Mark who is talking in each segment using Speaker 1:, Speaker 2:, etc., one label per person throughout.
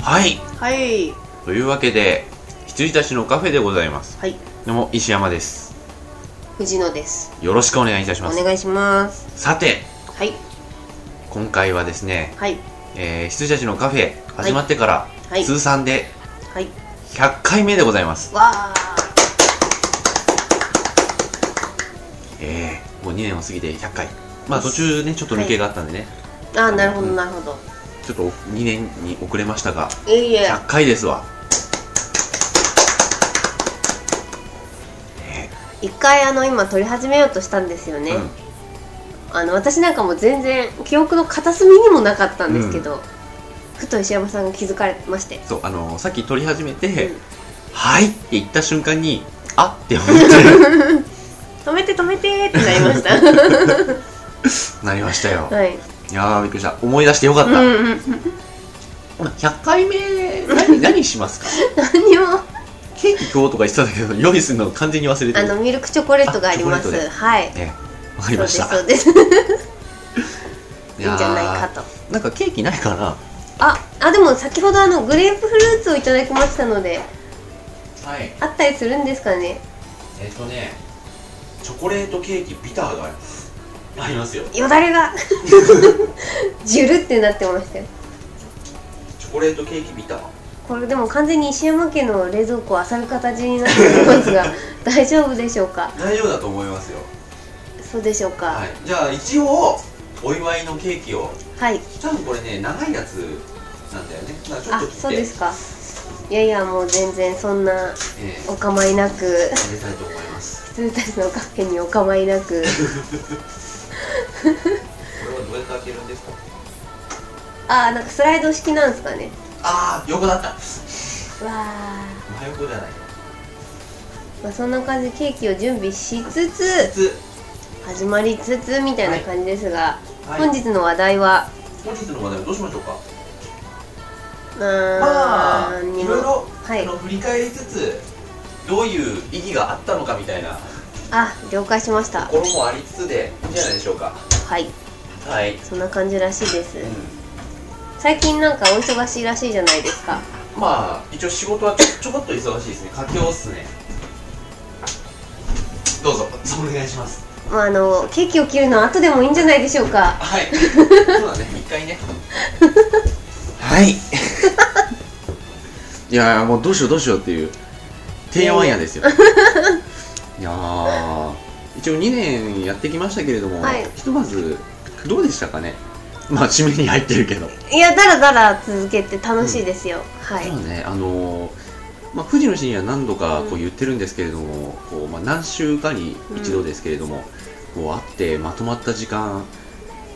Speaker 1: はい
Speaker 2: はい
Speaker 1: というわけで羊たちのカフェでございます
Speaker 2: はい
Speaker 1: どうも石山です
Speaker 2: 藤野です
Speaker 1: よろしくお願いいたし
Speaker 2: お
Speaker 1: ます
Speaker 2: 願いします
Speaker 1: さて
Speaker 2: はい
Speaker 1: 今回はですね、
Speaker 2: はい
Speaker 1: えー羊たちのカフェ始まってから、
Speaker 2: はい
Speaker 1: 通算で
Speaker 2: はい
Speaker 1: 100回目でございます
Speaker 2: わ
Speaker 1: えー、もう2年を過ぎて100回まあ途中ねちょっと抜けがあったんでね、
Speaker 2: ーあーなるほどなるほど
Speaker 1: ちょっと2年に遅れましたが
Speaker 2: いえいえ
Speaker 1: 100回ですわね
Speaker 2: 一回あの今撮り始めようとしたんですよね、
Speaker 1: うん
Speaker 2: あの私なんかも全然記憶の片隅にもなかったんですけど、ふと石山さんが気づかれまして
Speaker 1: そうあのさっき撮り始めて「
Speaker 2: うん
Speaker 1: はい」って言った瞬間に「あっ」って 思って
Speaker 2: 止めて止めてーってなりました
Speaker 1: なりましたよ、
Speaker 2: はい
Speaker 1: いやーびっくりした思い出してよかっ
Speaker 2: うん
Speaker 1: た、
Speaker 2: うん
Speaker 1: ほら100回目何何しますか
Speaker 2: 何も
Speaker 1: ケーキ食おうとか言ってたんだけど用意するの完全に忘れて
Speaker 2: あ
Speaker 1: る
Speaker 2: のミルクチョコレートがありま
Speaker 1: あチョコレー
Speaker 2: す
Speaker 1: ト
Speaker 2: はい
Speaker 1: ねわかり
Speaker 2: そう
Speaker 1: ま
Speaker 2: です
Speaker 1: した
Speaker 2: そうですいいんじゃないか
Speaker 1: や
Speaker 2: と
Speaker 1: ーなんかケーキないかな
Speaker 2: ああでも先ほどあのグレープフルーツをいただきましたので
Speaker 1: はい
Speaker 2: あったりするんですかね
Speaker 1: えっ、とねチョコレートケーキビターがありますよ
Speaker 2: よだれ がジュルってなってましたよ
Speaker 1: チョコレートケーキビター
Speaker 2: これでも完全に石山家の冷蔵庫を漁る形になっております が大丈夫でしょうか
Speaker 1: 大丈夫だと思いますよ
Speaker 2: そうでしょうか
Speaker 1: は
Speaker 2: はい
Speaker 1: い、じゃあ一応お祝いのケーキを、
Speaker 2: はい、
Speaker 1: 多分これね長いやつなんだよねだからちょ
Speaker 2: あ
Speaker 1: っと切って
Speaker 2: そうですかいやいやもう全然そんな
Speaker 1: えー
Speaker 2: お構いなく
Speaker 1: 食べたいと思います
Speaker 2: 普通たちのカフェにお構いな く
Speaker 1: これはどうやって開けるんですか
Speaker 2: あーなんかスライド式なんですかね
Speaker 1: ああ横だった
Speaker 2: わあ、
Speaker 1: 真横じゃない
Speaker 2: まあ、そんな感じでケーキを準備しつつ
Speaker 1: つ
Speaker 2: 始まりつつみたいな感じですが、
Speaker 1: はい
Speaker 2: 本日の話題は、
Speaker 1: 本日の話題はどうしましょうか
Speaker 2: うーん
Speaker 1: まあ
Speaker 2: 何
Speaker 1: い
Speaker 2: も
Speaker 1: ろいろ、
Speaker 2: はい
Speaker 1: あの振り返りつつどういう意義があったのかみたいな
Speaker 2: あ了解しました
Speaker 1: ところもありつつでいいんじゃないでしょうか
Speaker 2: はい
Speaker 1: はい、
Speaker 2: そんな感じらしいです
Speaker 1: うん、
Speaker 2: 最近なんかお忙しいらしいじゃないですか
Speaker 1: まあ一応仕事はちょちょこっと忙しいですね佳境っすねどうぞお願いします
Speaker 2: まああのケーキを切るのは後でもいいんじゃないでしょうか
Speaker 1: はいそうだね一回ねはい いやーもうどうしようどうしようっていう提案やですよいやー一応2年やってきましたけれども、
Speaker 2: はい
Speaker 1: ひとまずどうでしたかねまあ締めに入ってるけど
Speaker 2: いやだらだら続けて楽しいですよ、はい
Speaker 1: ただね、あのーまあ、富士のシには何度かこう言ってるんですけれども、こうまあ、何週かに一度ですけれども、こう会ってまとまった時間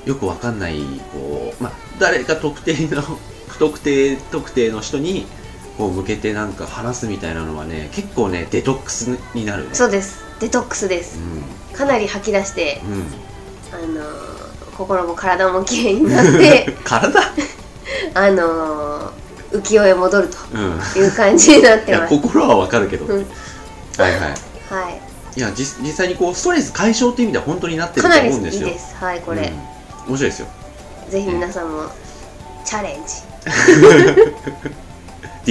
Speaker 1: よくわかんないこう、まあ、誰か特定の 不特定特定の人にこう向けてなんか話すみたいなのはね結構ねデトックスになるね
Speaker 2: そうですデトックスですかなり吐き出して
Speaker 1: うん、うん、
Speaker 2: あのー心も体も綺麗になって
Speaker 1: 体
Speaker 2: あのー浮世絵戻る
Speaker 1: うん
Speaker 2: という感じになっ
Speaker 1: い
Speaker 2: て
Speaker 1: や
Speaker 2: ます
Speaker 1: 心はわかるけど、
Speaker 2: うん
Speaker 1: はいはい
Speaker 2: はい
Speaker 1: いや実実際にこうストレス解消っていう意味では本当になってる
Speaker 2: か
Speaker 1: と
Speaker 2: なり
Speaker 1: 思
Speaker 2: い
Speaker 1: うん
Speaker 2: い
Speaker 1: ですよ
Speaker 2: ですはいこれ、
Speaker 1: うん面白いですよ
Speaker 2: ぜひ皆さんもチャレンジ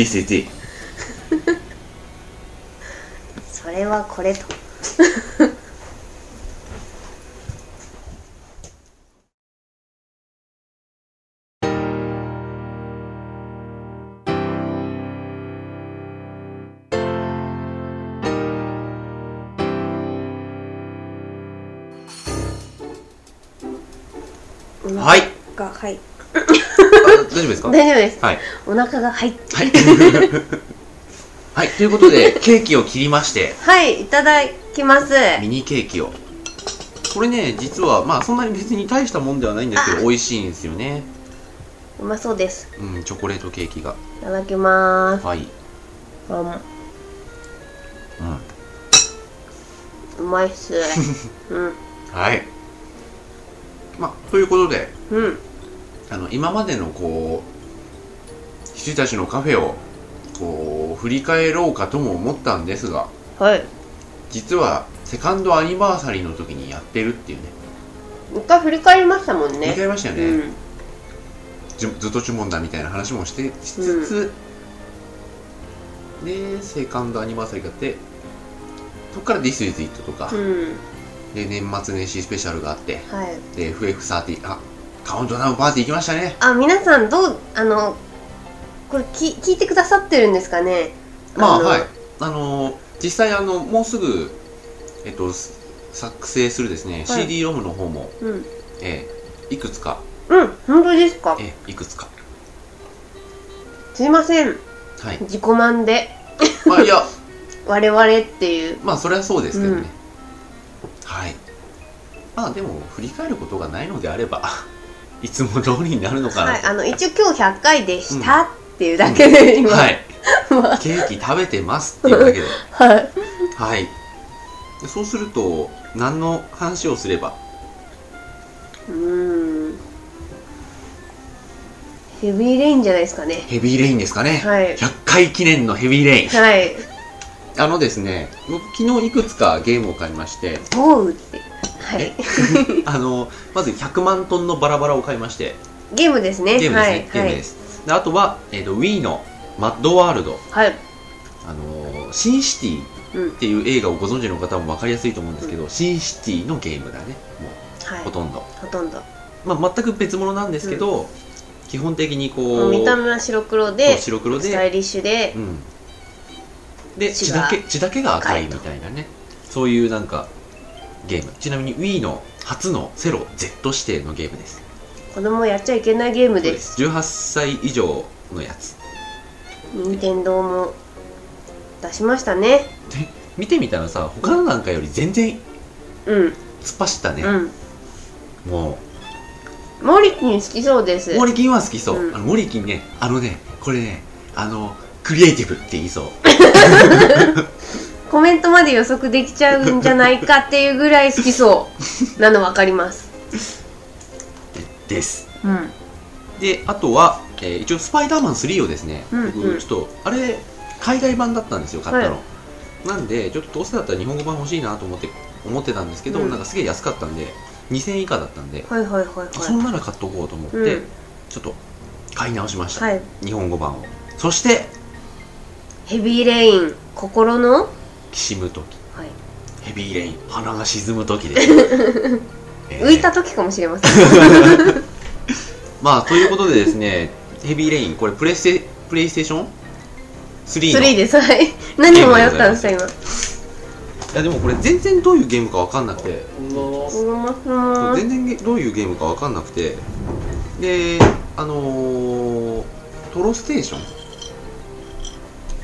Speaker 1: This is it
Speaker 2: それはこれと
Speaker 1: はい
Speaker 2: がはい
Speaker 1: あ大丈夫ですか
Speaker 2: 大
Speaker 1: は
Speaker 2: 丈夫
Speaker 1: い
Speaker 2: です
Speaker 1: はい、
Speaker 2: お腹が入って
Speaker 1: はい、ということでケーキを切りまして
Speaker 2: はいいただきます
Speaker 1: ミニケーキをこれね実はまあそんなに別に大したもんではないんですけど美味しいんですよね
Speaker 2: うまそうです
Speaker 1: うんチョコレートケーキが
Speaker 2: いただきます
Speaker 1: はい、うん、
Speaker 2: あうまいっ すうん
Speaker 1: はいまあということで
Speaker 2: うん
Speaker 1: あの今までのこう羊たちのカフェをこう振り返ろうかとも思ったんですが
Speaker 2: はい
Speaker 1: 実はセカンドアニバーサリーの時にやってるっていうね
Speaker 2: 一回振り返りましたもん
Speaker 1: 見ち
Speaker 2: ね
Speaker 1: ゃいましたよね、
Speaker 2: うん
Speaker 1: じゅずっと呪文だみたいな話もしてしつつ、でセカンドアニバーサリーがあってそこから「This is It」とか、
Speaker 2: うん
Speaker 1: で年末年始スペシャルがあって
Speaker 2: はい
Speaker 1: で FF30 あカウントダウンパーティー行きましたね
Speaker 2: あ皆さんどうあのこれき聞いてくださってるんですかね
Speaker 1: まあ
Speaker 2: の
Speaker 1: はいあのー実際あのもうすぐえっとす作成するですね、
Speaker 2: はい
Speaker 1: CD ロムの方も、
Speaker 2: うん
Speaker 1: えーいくつか
Speaker 2: うん本当ですか
Speaker 1: えーいくつか
Speaker 2: すいません
Speaker 1: はい
Speaker 2: 自己満で
Speaker 1: まあいや
Speaker 2: 我々っていう
Speaker 1: まあそれはそうですけどね、
Speaker 2: うん
Speaker 1: はいまあでも振り返ることがないのであれば いつも通りになるのかな
Speaker 2: はい
Speaker 1: と
Speaker 2: あの一応今日100回でしたっていうだけで今、
Speaker 1: はい、ケーキ食べてますっていうだけで
Speaker 2: はい
Speaker 1: はいでそうすると何の話をすれば
Speaker 2: うーんヘビーレインじゃないですかね
Speaker 1: ヘビーレインですかね、
Speaker 2: はい
Speaker 1: 100回記念のヘビーレイン
Speaker 2: はい
Speaker 1: あのですね、僕昨日いくつかゲームを買い まして、
Speaker 2: 豪雨ってはい
Speaker 1: あの、まず100万トンのバラバラを買いまして、
Speaker 2: ゲームですね
Speaker 1: ゲームですね、ゲー
Speaker 2: は
Speaker 1: ム
Speaker 2: い
Speaker 1: です。であとは、えーと、Wii のマッドワールド、
Speaker 2: はい、はい
Speaker 1: あのーシンシティっ
Speaker 2: うん
Speaker 1: ていう映画をご存知の方も分かりやすいと思うんですけど、シンシティのゲームだね、も
Speaker 2: は
Speaker 1: う
Speaker 2: い、
Speaker 1: ほとんど。
Speaker 2: ほとんど
Speaker 1: まあ、全く別物なんですけど、基本的にこう、
Speaker 2: 見た目は白黒
Speaker 1: そう
Speaker 2: で
Speaker 1: 白黒
Speaker 2: スタ
Speaker 1: で、
Speaker 2: イリッシュで
Speaker 1: うん。で、
Speaker 2: 血
Speaker 1: 血
Speaker 2: が
Speaker 1: だけ、血だけが赤い
Speaker 2: 赤いと
Speaker 1: みたいなね。そういうなんか、ゲーム。ちなみに Wii の初のセロ Z 指定のゲームです。
Speaker 2: 子供やっちゃいけないゲームです
Speaker 1: そうです18歳以上のやつ。
Speaker 2: 任天堂も出しましたね
Speaker 1: 見てみたらさ、他のなんかより全然
Speaker 2: うん
Speaker 1: 突っ走ったね。
Speaker 2: うん
Speaker 1: も
Speaker 2: モリキン好きそうです
Speaker 1: う、モリキンは好きそう。
Speaker 2: うん
Speaker 1: あのモリキンね、あのね、これね、あの、クリエイティブって言いそう。
Speaker 2: コメントまで予測できちゃうんじゃないかっていうぐらい好きそう なの分かります
Speaker 1: です。
Speaker 2: うん
Speaker 1: で、あとは、えー一応スパイダーマン3をですね、
Speaker 2: うんうん
Speaker 1: 僕ちょっと、あれ、海外版だったんですよ、買ったの。
Speaker 2: は
Speaker 1: なんで、ちょっとどうせだったら日本語版欲しいなと思って、思ってたんですけど、
Speaker 2: うん
Speaker 1: なんかすげえ安かったんで、2000円以下だったんで、
Speaker 2: はいはいはい
Speaker 1: あそん
Speaker 2: は
Speaker 1: なら買っとこうと思って、
Speaker 2: うん
Speaker 1: ちょっと買い直しまし
Speaker 2: い
Speaker 1: た、
Speaker 2: はい
Speaker 1: 日本語版を。そして、
Speaker 2: ヘビーレイン心のは
Speaker 1: きしむとき、
Speaker 2: い
Speaker 1: ヘビーレイン、花が沈むと きです。えー
Speaker 2: 浮いた時かもしれません
Speaker 1: まあ、ということでですね、ヘビーレイン、これプレステ、プレイステーション ?3 の。
Speaker 2: 3ですはい何を迷ったんですか今
Speaker 1: いやでもこれ全然どういうゲームか分かんなくて
Speaker 2: うん
Speaker 1: 全然げどういうゲームか分かんなくてであのー、トロステーショ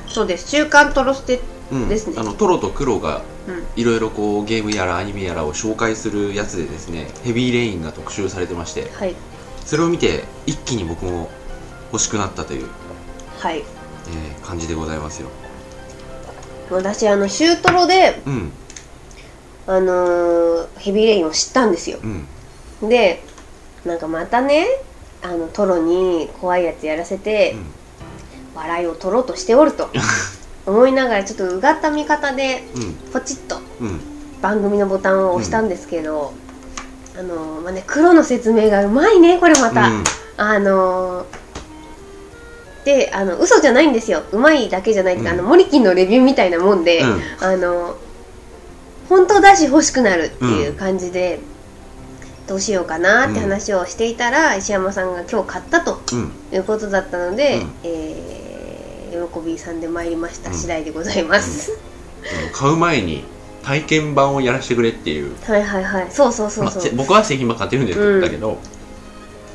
Speaker 2: そうです週刊トロステ
Speaker 1: ン、うん
Speaker 2: ですね
Speaker 1: あのトロとクロが
Speaker 2: うん
Speaker 1: いろいろこうゲームやらアニメやらを紹介するやつでですねヘビーレインが特集されてまして
Speaker 2: はい
Speaker 1: それを見て一気に僕も欲しくなったという、
Speaker 2: はい
Speaker 1: えー感じでございますよ
Speaker 2: 私あの週トロで
Speaker 1: うん
Speaker 2: あのーヘビーレインを知ったんですよ
Speaker 1: うん
Speaker 2: でなんかまたねあのトロに怖いやつやらせて、
Speaker 1: うん
Speaker 2: 笑いを取ろうとしてお ると思いながらちょっとうがった見方でポチッと
Speaker 1: うんうん
Speaker 2: 番組のボタンを押したんですけど、あのーまあね黒の説明がうまいねこれまた、
Speaker 1: うん
Speaker 2: あのーであの嘘じゃないんですようまいだけじゃないって、
Speaker 1: うん
Speaker 2: あのモリキンのレビューみたいなもんで、
Speaker 1: うん
Speaker 2: あの本当だし欲しくなるっていう感じで、どうしようかなって話をしていたら、石山さんが今日買ったと
Speaker 1: うん
Speaker 2: いうことだったので、
Speaker 1: うん
Speaker 2: えー喜びさんで参りました
Speaker 1: うん
Speaker 2: 次第でございます、
Speaker 1: あの買う前に体験版をやらせてくれっていう
Speaker 2: はいはいはいそうそうそ
Speaker 1: ま
Speaker 2: う
Speaker 1: あ
Speaker 2: そう、
Speaker 1: せ僕は製品ば買ってるんですけど、
Speaker 2: うん
Speaker 1: だけど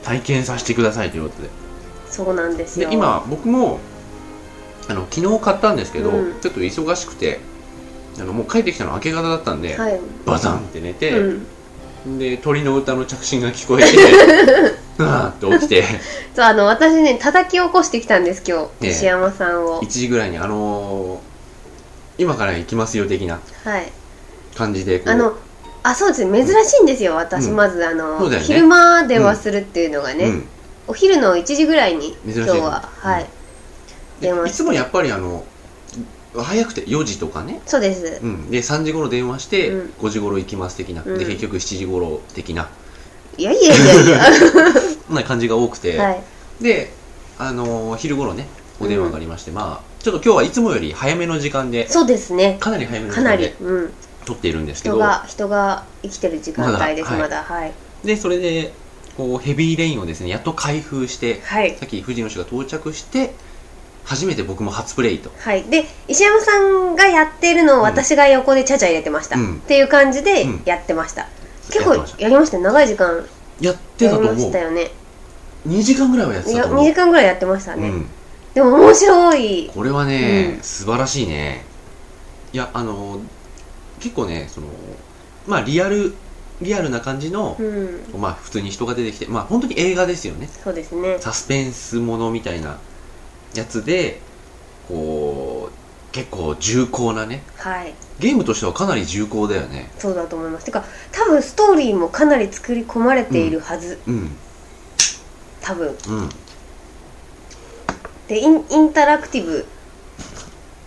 Speaker 1: 体験させてくださいということで
Speaker 2: そうなんですよ
Speaker 1: で今僕もあの昨日買ったんですけど、
Speaker 2: うん
Speaker 1: ちょっと忙しくてあのもう帰ってきたの明け方だったんで、
Speaker 2: はい、
Speaker 1: バタンって寝て、
Speaker 2: うん、
Speaker 1: で鳥の歌の着信が聞こえ てあーって起きて
Speaker 2: そうあの私ね叩き起こしてきたんです今日、
Speaker 1: ええ
Speaker 2: 石山さんを
Speaker 1: 1時ぐらいにあのー今から行きますよ的な
Speaker 2: はい
Speaker 1: 感じでこう
Speaker 2: あのあそうですね珍しいんですよ私、
Speaker 1: うん
Speaker 2: まずあの、
Speaker 1: そうだよね
Speaker 2: 昼間電話するっていうのがね、
Speaker 1: うん
Speaker 2: お昼の1時ぐらいに今
Speaker 1: 珍しい
Speaker 2: 日ははい、
Speaker 1: で
Speaker 2: 電話
Speaker 1: いつもやっぱりあの早くて4時とかね
Speaker 2: そうです
Speaker 1: うん、で3時頃電話して、
Speaker 2: うん
Speaker 1: 5時頃行きます的な、
Speaker 2: うん
Speaker 1: で結局7時頃的ない
Speaker 2: やいやいやい
Speaker 1: そんな感じが多くて、
Speaker 2: やはい
Speaker 1: で、あのー昼頃ね、お電話がありまして、まあ、ちょっと今日はいつもより早めの時間で、
Speaker 2: そうですね
Speaker 1: かなり早めの時
Speaker 2: かな
Speaker 1: 間
Speaker 2: り
Speaker 1: で、
Speaker 2: うん、
Speaker 1: 撮っているんですけ
Speaker 2: 人
Speaker 1: ど、
Speaker 2: が人が生きてる時間帯です
Speaker 1: ま
Speaker 2: ま
Speaker 1: だ
Speaker 2: だはい
Speaker 1: で、それで、こう、ヘビーレインをですね、やっと開封して、
Speaker 2: はい、
Speaker 1: さっき藤野氏が到着して、初めて僕も初プレイと。
Speaker 2: はい、で石山さんがやってるのを私が横でちゃちゃ入れてました、
Speaker 1: うん
Speaker 2: っていう感じで
Speaker 1: うん
Speaker 2: やってました、
Speaker 1: や
Speaker 2: 結
Speaker 1: って
Speaker 2: 構
Speaker 1: ました
Speaker 2: やりましたよ長い時間
Speaker 1: やって
Speaker 2: や
Speaker 1: た
Speaker 2: り
Speaker 1: と思
Speaker 2: ま
Speaker 1: う。
Speaker 2: したよね
Speaker 1: 2時間ぐらいはやって
Speaker 2: い
Speaker 1: た
Speaker 2: や
Speaker 1: と思う。
Speaker 2: 2時間ぐらいやってましたね、
Speaker 1: うん。
Speaker 2: でも面白い
Speaker 1: これはね、
Speaker 2: うん
Speaker 1: 素晴らしいねいやあの結構ねそのまあリアルリアルな感じの
Speaker 2: う、ん
Speaker 1: まあ普通に人が出てきてまあ本当に映画ですよね
Speaker 2: そうですね
Speaker 1: サスペンスものみたいなやつでこう結構重厚なね
Speaker 2: はい
Speaker 1: ゲームとしてはかなり重厚だよね
Speaker 2: そうだと思いますてか多分ストーリーもかなり作り込まれているはず、
Speaker 1: うん
Speaker 2: 多分
Speaker 1: うん
Speaker 2: でインインタラクティブ、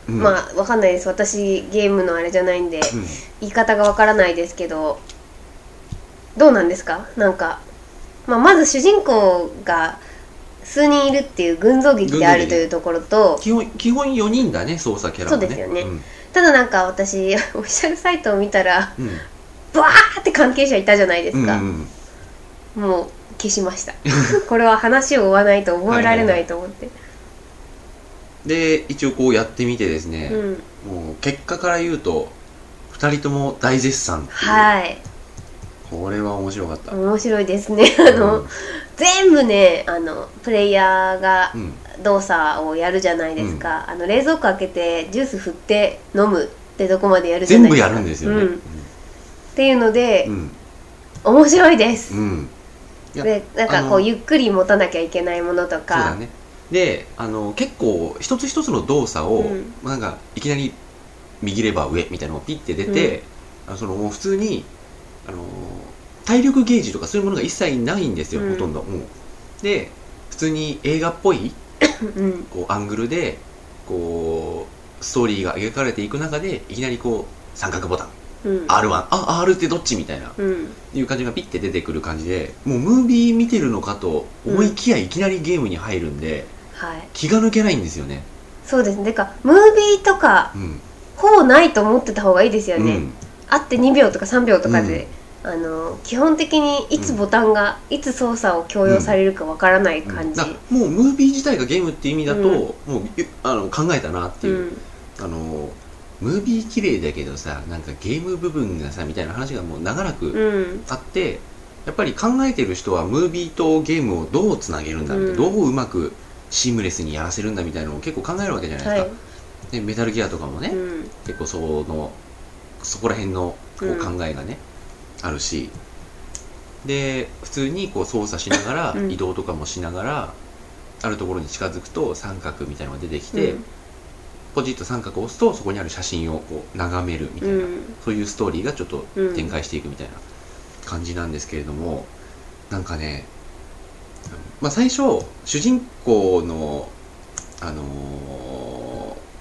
Speaker 1: うん
Speaker 2: まあわかんないです私ゲームのあれじゃないんで
Speaker 1: うん
Speaker 2: 言い方がわからないですけどどうなんですかなんか、まあ、まず主人公が数人いるっていう群像劇であるというところと
Speaker 1: 基本基本4人だね操作キャラは
Speaker 2: そ
Speaker 1: ね
Speaker 2: うですよね
Speaker 1: うん
Speaker 2: ただなんか私オフィシャルサイトを見たら
Speaker 1: うん
Speaker 2: バーって関係者いたじゃないですか、
Speaker 1: うんうん
Speaker 2: もう消しました これは話を追わないと覚えられないと思って、
Speaker 1: で一応こうやってみてですね、
Speaker 2: うん
Speaker 1: もう結果から言うと2人とも大絶賛っていう、
Speaker 2: はい
Speaker 1: これは面白かった、
Speaker 2: 面白いですねあの、全部ねあのプレイヤーが
Speaker 1: うん
Speaker 2: 動作をやるじゃないですか、あの冷蔵庫開けてジュース振って飲むってどこまでやるじゃな
Speaker 1: 全
Speaker 2: い
Speaker 1: 部
Speaker 2: です
Speaker 1: や
Speaker 2: か
Speaker 1: るんですよね
Speaker 2: うっていうので
Speaker 1: う、ん
Speaker 2: 面白いです、
Speaker 1: うん、うんいや
Speaker 2: でなん
Speaker 1: あ
Speaker 2: か
Speaker 1: の
Speaker 2: こうゆっくり持たなきゃいけないものと
Speaker 1: そうだ
Speaker 2: か、
Speaker 1: ねであの結構一つ一つの動作を、
Speaker 2: うん
Speaker 1: なんかいきなり右レバー上みたいなのがピッて出て、あのそのもう普通にあの体力ゲージとかそういうものが一切ないんですよ、
Speaker 2: うん
Speaker 1: ほとんどもうで普通に映画っぽい
Speaker 2: うん
Speaker 1: こうアングルでこうストーリーが描かれていく中でいきなりこう三角ボタン
Speaker 2: うん、
Speaker 1: R1 あ R ってどっちみたいな
Speaker 2: うん、
Speaker 1: いう感じがピッて出てくる感じでもうムービー見てるのかと思いきやいきなりゲームに入るん
Speaker 2: はい
Speaker 1: で、気が抜けないんですよね
Speaker 2: そうですねてかムービーとか
Speaker 1: うん、
Speaker 2: ほぼないと思ってた方がいいですよ
Speaker 1: う
Speaker 2: ね、
Speaker 1: ん、
Speaker 2: あって2秒とか3秒とかで、あの基本的にいつボタンが、いつ操作を強要されるかわからない感じ、
Speaker 1: だからもうムービー自体がゲームっていう意味だと、
Speaker 2: うん
Speaker 1: もうゆあの考えたなって
Speaker 2: う
Speaker 1: いう、
Speaker 2: ん
Speaker 1: あのムービー綺麗だけどさなんかゲーム部分がさみたいな話がもう長らく
Speaker 2: うん
Speaker 1: あってやっぱり考えてる人はムービーとゲームをどうつなげるんだみたいな、
Speaker 2: うん
Speaker 1: どううまくシームレスにやらせるんだみたいなのを結構考えるわけじゃないで
Speaker 2: は
Speaker 1: すか、
Speaker 2: い、
Speaker 1: でメタルギアとかもね、
Speaker 2: うん、
Speaker 1: 結構そのそこら辺のこう
Speaker 2: うん
Speaker 1: 考えがね、あるしで普通にこう操作しながら、
Speaker 2: うん
Speaker 1: 移動とかもしながらあるところに近づくと三角みたいなのが出てきて、
Speaker 2: うん
Speaker 1: ポチッと三角を押すとそこにある写真をこう眺めるみたいな、
Speaker 2: うん
Speaker 1: そういうストーリーがちょっと
Speaker 2: うん
Speaker 1: 展開していくみたいな感じなんですけれども、なんかね、まあ、最初主人公の、あのー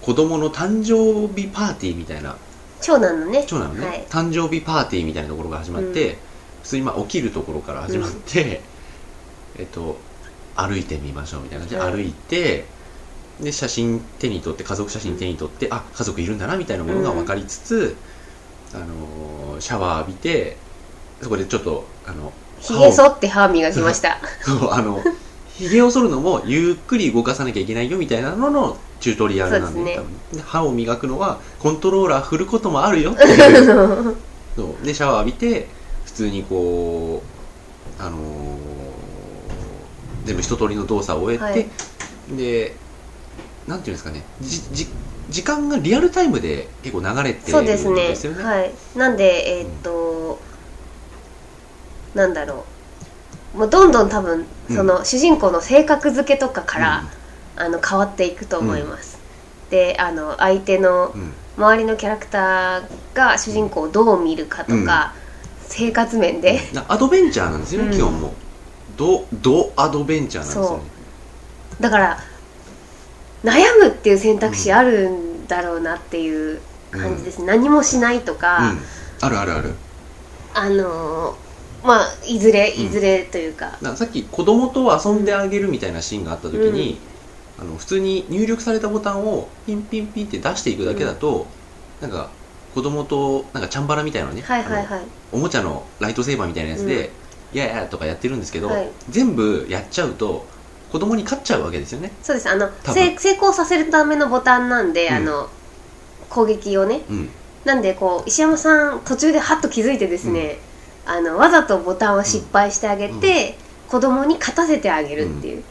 Speaker 1: 子供の誕生日パーティーみたいな
Speaker 2: 長男のね
Speaker 1: 長男のね、
Speaker 2: はい
Speaker 1: 誕生日パーティーみたいなところが始まって、普通にまあ起きるところから始まって、えっと歩いてみましょうみたいな感じで歩いて、で写真手に取って家族写真手に取って、あ家族いるんだなみたいなものが分かりつつ、あのーシャワー浴びてそこでちょっとあの
Speaker 2: ひげ剃って歯磨きました
Speaker 1: そうあのひげを剃るのもゆっくり動かさなきゃいけないよみたいなののチュートリアルなんで
Speaker 2: そうですね
Speaker 1: 多分で歯を磨くのはコントローラー振ることもあるよって
Speaker 2: あ
Speaker 1: いう
Speaker 2: の
Speaker 1: そうでシャワー浴びて普通にこうあのー全部一通りの動作を終えて、
Speaker 2: はい
Speaker 1: でなんていうんですかねじじ時間がリアルタイムで結構流れてる
Speaker 2: そ
Speaker 1: ん
Speaker 2: う
Speaker 1: で
Speaker 2: ですね
Speaker 1: すよね。
Speaker 2: はいなんでえーっと、なんだろうもうどんどん多分その、主人公の性格付けとかから、あの変わっていくと思います、であの相手の
Speaker 1: うん、うん
Speaker 2: 周りのキャラクターが主人公をどう見るかとか、生活面で
Speaker 1: なアドベンチャーなんですよね、
Speaker 2: うん
Speaker 1: 基本もドドアドベンチャーなんですよね
Speaker 2: だから悩むっていう選択肢あるんだろうなっていう感じです、何もしないと
Speaker 1: う
Speaker 2: か、
Speaker 1: ん、あるあるある
Speaker 2: あのーまあいずれ
Speaker 1: うん
Speaker 2: いずれというか、
Speaker 1: なさっき子供と遊んであげるみたいなシーンがあった時に、あの普通に入力されたボタンをピンピンピンって出していくだけだと、なんか子供となんかチャンバラみたいなね、
Speaker 2: はいはい
Speaker 1: あの
Speaker 2: はい
Speaker 1: おもちゃのライトセーバーみたいなやつで「いやいや」とかやってるんですけど、
Speaker 2: はい
Speaker 1: 全部やっちゃうと子供に勝っちゃうわけですよね。
Speaker 2: そうですあの
Speaker 1: 多
Speaker 2: せ
Speaker 1: 分
Speaker 2: 成功させるためのボタンなんで、
Speaker 1: うん
Speaker 2: あの攻撃をね
Speaker 1: うん
Speaker 2: なんでこう石山さん途中でハッと気づいてですね、あのわざとボタンを失敗してあげて、子供に勝たせてあげるっていう、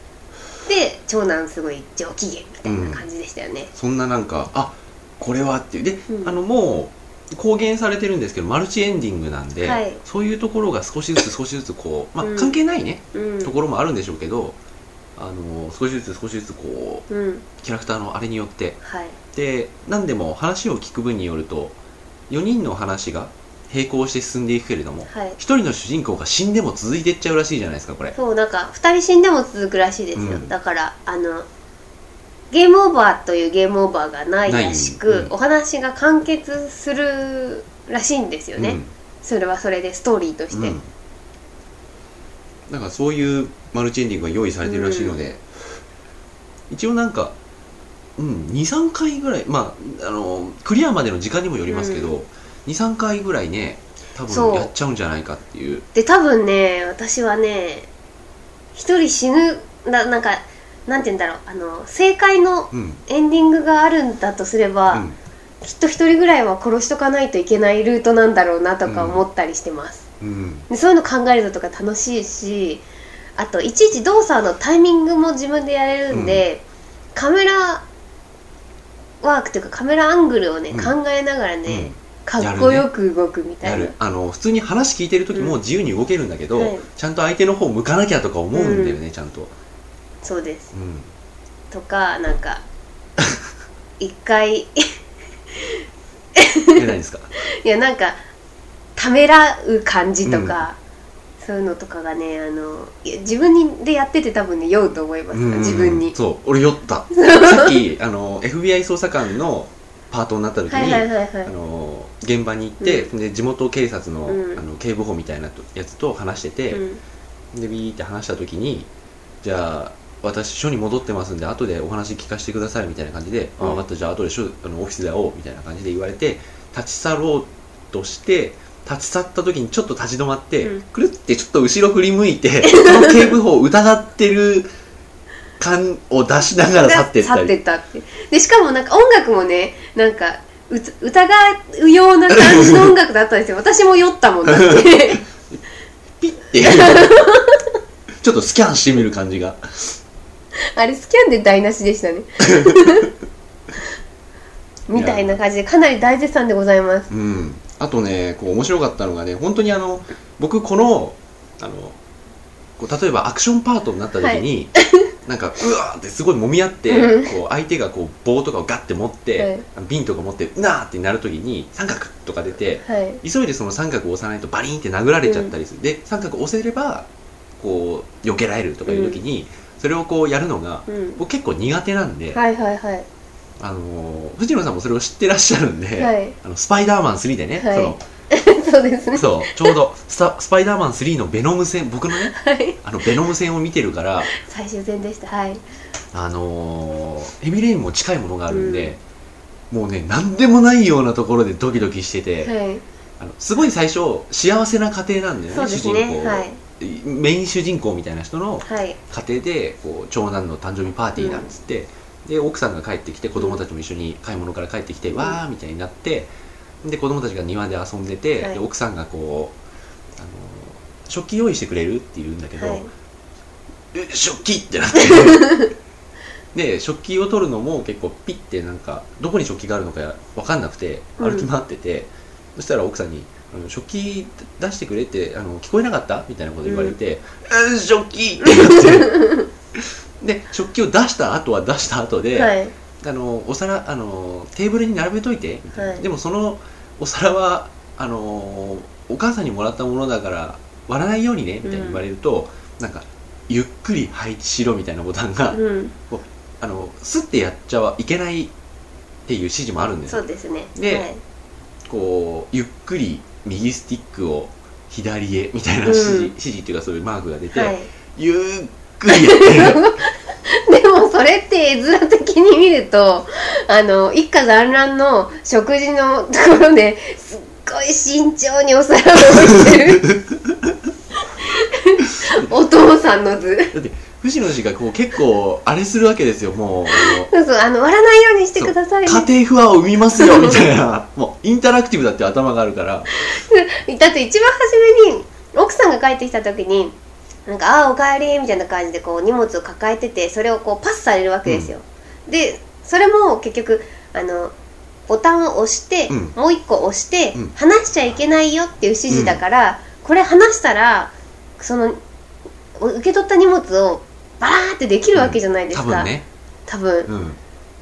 Speaker 2: で長男すごい上機嫌みたいな感じでしたよね、
Speaker 1: そんななんかあこれはっていうで、
Speaker 2: うん
Speaker 1: あのもう公言されてるんですけどマルチエンディングなんで、
Speaker 2: はい
Speaker 1: そういうところが少しずつ少しずつこう、まあ
Speaker 2: うん
Speaker 1: 関係ないね、
Speaker 2: うん
Speaker 1: ところもあるんでしょうけどあの少しずつ少しずつこ
Speaker 2: うん
Speaker 1: うキャラクターのあれによって
Speaker 2: はい
Speaker 1: で何でも話を聞く分によると4人の話が並行して進んでいくけれども
Speaker 2: はい
Speaker 1: 1人の主人公が死んでも続いていっちゃうらしいじゃないですかこれ
Speaker 2: そうなんか2人死んでも続くらしいですよ、
Speaker 1: うん
Speaker 2: だからあのゲームオーバーというゲームオーバーがないらし
Speaker 1: ない
Speaker 2: く、
Speaker 1: うん
Speaker 2: お話が完結するらしいんですよね、
Speaker 1: うん
Speaker 2: それはそれでストーリーとして、
Speaker 1: うん、なんかそういうマルチエンディングが用意されてるらしいので、一応なんか、うん、23回ぐらいまああのクリアまでの時間にもよりますけど、
Speaker 2: う
Speaker 1: 23回ぐらいね多
Speaker 2: そう
Speaker 1: 分やっちゃうんじゃないかっていう
Speaker 2: で多分ね私はね一人死ぬななんかなんて言うんだろうあの正解の
Speaker 1: うん
Speaker 2: エンディングがあるんだとすれば、きっと一人ぐらいは殺しとかないといけないルートなんだろうなとか思ったりしてます、
Speaker 1: うんうん
Speaker 2: でそういうの考えるのとか楽しいしあといちいち動作のタイミングも自分でやれるんで、カメラワークというかカメラアングルをね、
Speaker 1: うん
Speaker 2: 考えながら
Speaker 1: う
Speaker 2: ね
Speaker 1: ん、
Speaker 2: かっこよく動くみた
Speaker 1: や
Speaker 2: いな、
Speaker 1: るあの普通に話聞いてる時も自由に動けるんだけど、
Speaker 2: はい
Speaker 1: ちゃんと相手の方向かなきゃとか思うんだよね、ちゃんと、
Speaker 2: そうです
Speaker 1: うん、
Speaker 2: とかなんか一回い
Speaker 1: じゃないですか
Speaker 2: やなんかためらう感じとか、そういうのとかがねあのいや自分でやってて多分ね酔うと思います、
Speaker 1: うん
Speaker 2: 自分に
Speaker 1: そう俺 酔ったさっきあの FBI 捜査官のパートになった時に、
Speaker 2: はいはいはいはい
Speaker 1: あの現場に行って、
Speaker 2: う
Speaker 1: で地元警察の,、
Speaker 2: うん
Speaker 1: あの警部補みたいなとやつと話してて、
Speaker 2: うん
Speaker 1: でビーって話した時にじゃあ私署に戻ってますんで後でお話聞かせてくださいみたいな感じで「あ
Speaker 2: うん
Speaker 1: 分かったじゃあ後で署あのオフィスで会おう」みたいな感じで言われて立ち去ろうとして立ち去った時にちょっと立ち止まって、
Speaker 2: うん
Speaker 1: くるってちょっと後ろ振り向い てその警部補を疑ってる感を出しながら去ってった
Speaker 2: 去って
Speaker 1: り。
Speaker 2: ったってでしかもなんか音楽もねなんかうつ疑うような感じの音楽だったん ですよ私も酔ったもんだって
Speaker 1: ピッて ちょっとスキャンしてみる感じが
Speaker 2: あれスキャンで台無しで したねみたいな感じでかなり大絶賛でございます
Speaker 1: うん、あとねこう面白かったのがね本当にあの僕このあのこう例えばアクションパートになった時に、なんかうわーってすごい揉み合って、
Speaker 2: うん
Speaker 1: こう相手がこう棒とかをガッて持って、
Speaker 2: はい
Speaker 1: あの瓶とか持ってうなーってなる時に三角とか出て
Speaker 2: はい
Speaker 1: 急いでその三角を押さないとバリーンって殴られちゃったりする、で三角押せればこう避けられるとかいう時に、それをこうやるのが
Speaker 2: うん
Speaker 1: 僕結構苦手なんで、
Speaker 2: はいはいはい
Speaker 1: あのー藤野さんもそれを知ってらっしゃるんで、
Speaker 2: はい
Speaker 1: あのスパイダーマン3でね、
Speaker 2: はい
Speaker 1: その
Speaker 2: そうですね
Speaker 1: そう、ちょうどスタ、スパイダーマン3のベノム戦、僕のね、
Speaker 2: はい
Speaker 1: あの、ベノム戦を見てるから、
Speaker 2: 最終戦でしたはい
Speaker 1: あのー、ヘビレインも近いものがあるんで、もうね、なんでもないようなところでドキドキしてて、
Speaker 2: はい
Speaker 1: あのすごい最初、幸せな家庭なんだよ
Speaker 2: そう
Speaker 1: ね、
Speaker 2: です
Speaker 1: 主人
Speaker 2: ね
Speaker 1: 公。
Speaker 2: はい
Speaker 1: メイン主人公みたいな人の
Speaker 2: はい
Speaker 1: 家庭で、こう、長男の誕生日パーティーなんつって、で、奥さんが帰ってきて、子供たちも一緒に買い物から帰ってきて、
Speaker 2: うん
Speaker 1: わーみたいになって、で子供たちが庭で遊んでて、
Speaker 2: はい
Speaker 1: で奥さんがこうあの食器用意してくれるって言うんだけど、
Speaker 2: はい
Speaker 1: え食器って なってで食器を取るのも結構ピッてなんかどこに食器があるのか分かんなくて
Speaker 2: うん
Speaker 1: 歩き回ってて、そしたら奥さんに「あの食器出してくれ」ってあの聞こえなかったみたいなこと言われて「うん、食器!」ってなって で食器を出した後は出した後で、
Speaker 2: はい
Speaker 1: あのお皿あのテーブルに並べといてみたいな、
Speaker 2: はい
Speaker 1: でもそのお皿はあのお母さんにもらったものだから割らないようにねみたいに言われると、なんかゆっくり配置しろみたいなボタンが、
Speaker 2: うん
Speaker 1: あのスッてやっちゃいけないっていう指示もあるんです
Speaker 2: そ
Speaker 1: よ
Speaker 2: うですね
Speaker 1: で
Speaker 2: はい
Speaker 1: こうゆっくり右スティックを左へみたいな
Speaker 2: うん
Speaker 1: 指示,、指示っていうかそういうマークが出て、
Speaker 2: はい
Speaker 1: ゆっくりやってる
Speaker 2: でもそれって絵面的に見るとあの一家団らんの食事のところですっごい慎重にお皿を置いてるお父さんの図
Speaker 1: だって藤野氏がこう結構あれするわけですよもうあの
Speaker 2: そうそうあの割らないようにしてくださいね
Speaker 1: 家庭不安を生みますよみたい なもうインタラクティブだって頭があるから
Speaker 2: だって一番初めに奥さんが帰ってきた時に「なんかああおかえり」みたいな感じでこう荷物を抱えててそれをこうパスされるわけですよ、でそれも結局あのボタンを押して、
Speaker 1: うん
Speaker 2: もう一個押して、
Speaker 1: うん
Speaker 2: 離しちゃいけないよっていう指示だから、これ離したらその受け取った荷物をバラーってできるわけじゃないです
Speaker 1: 多
Speaker 2: か、
Speaker 1: 分ね、
Speaker 2: 多分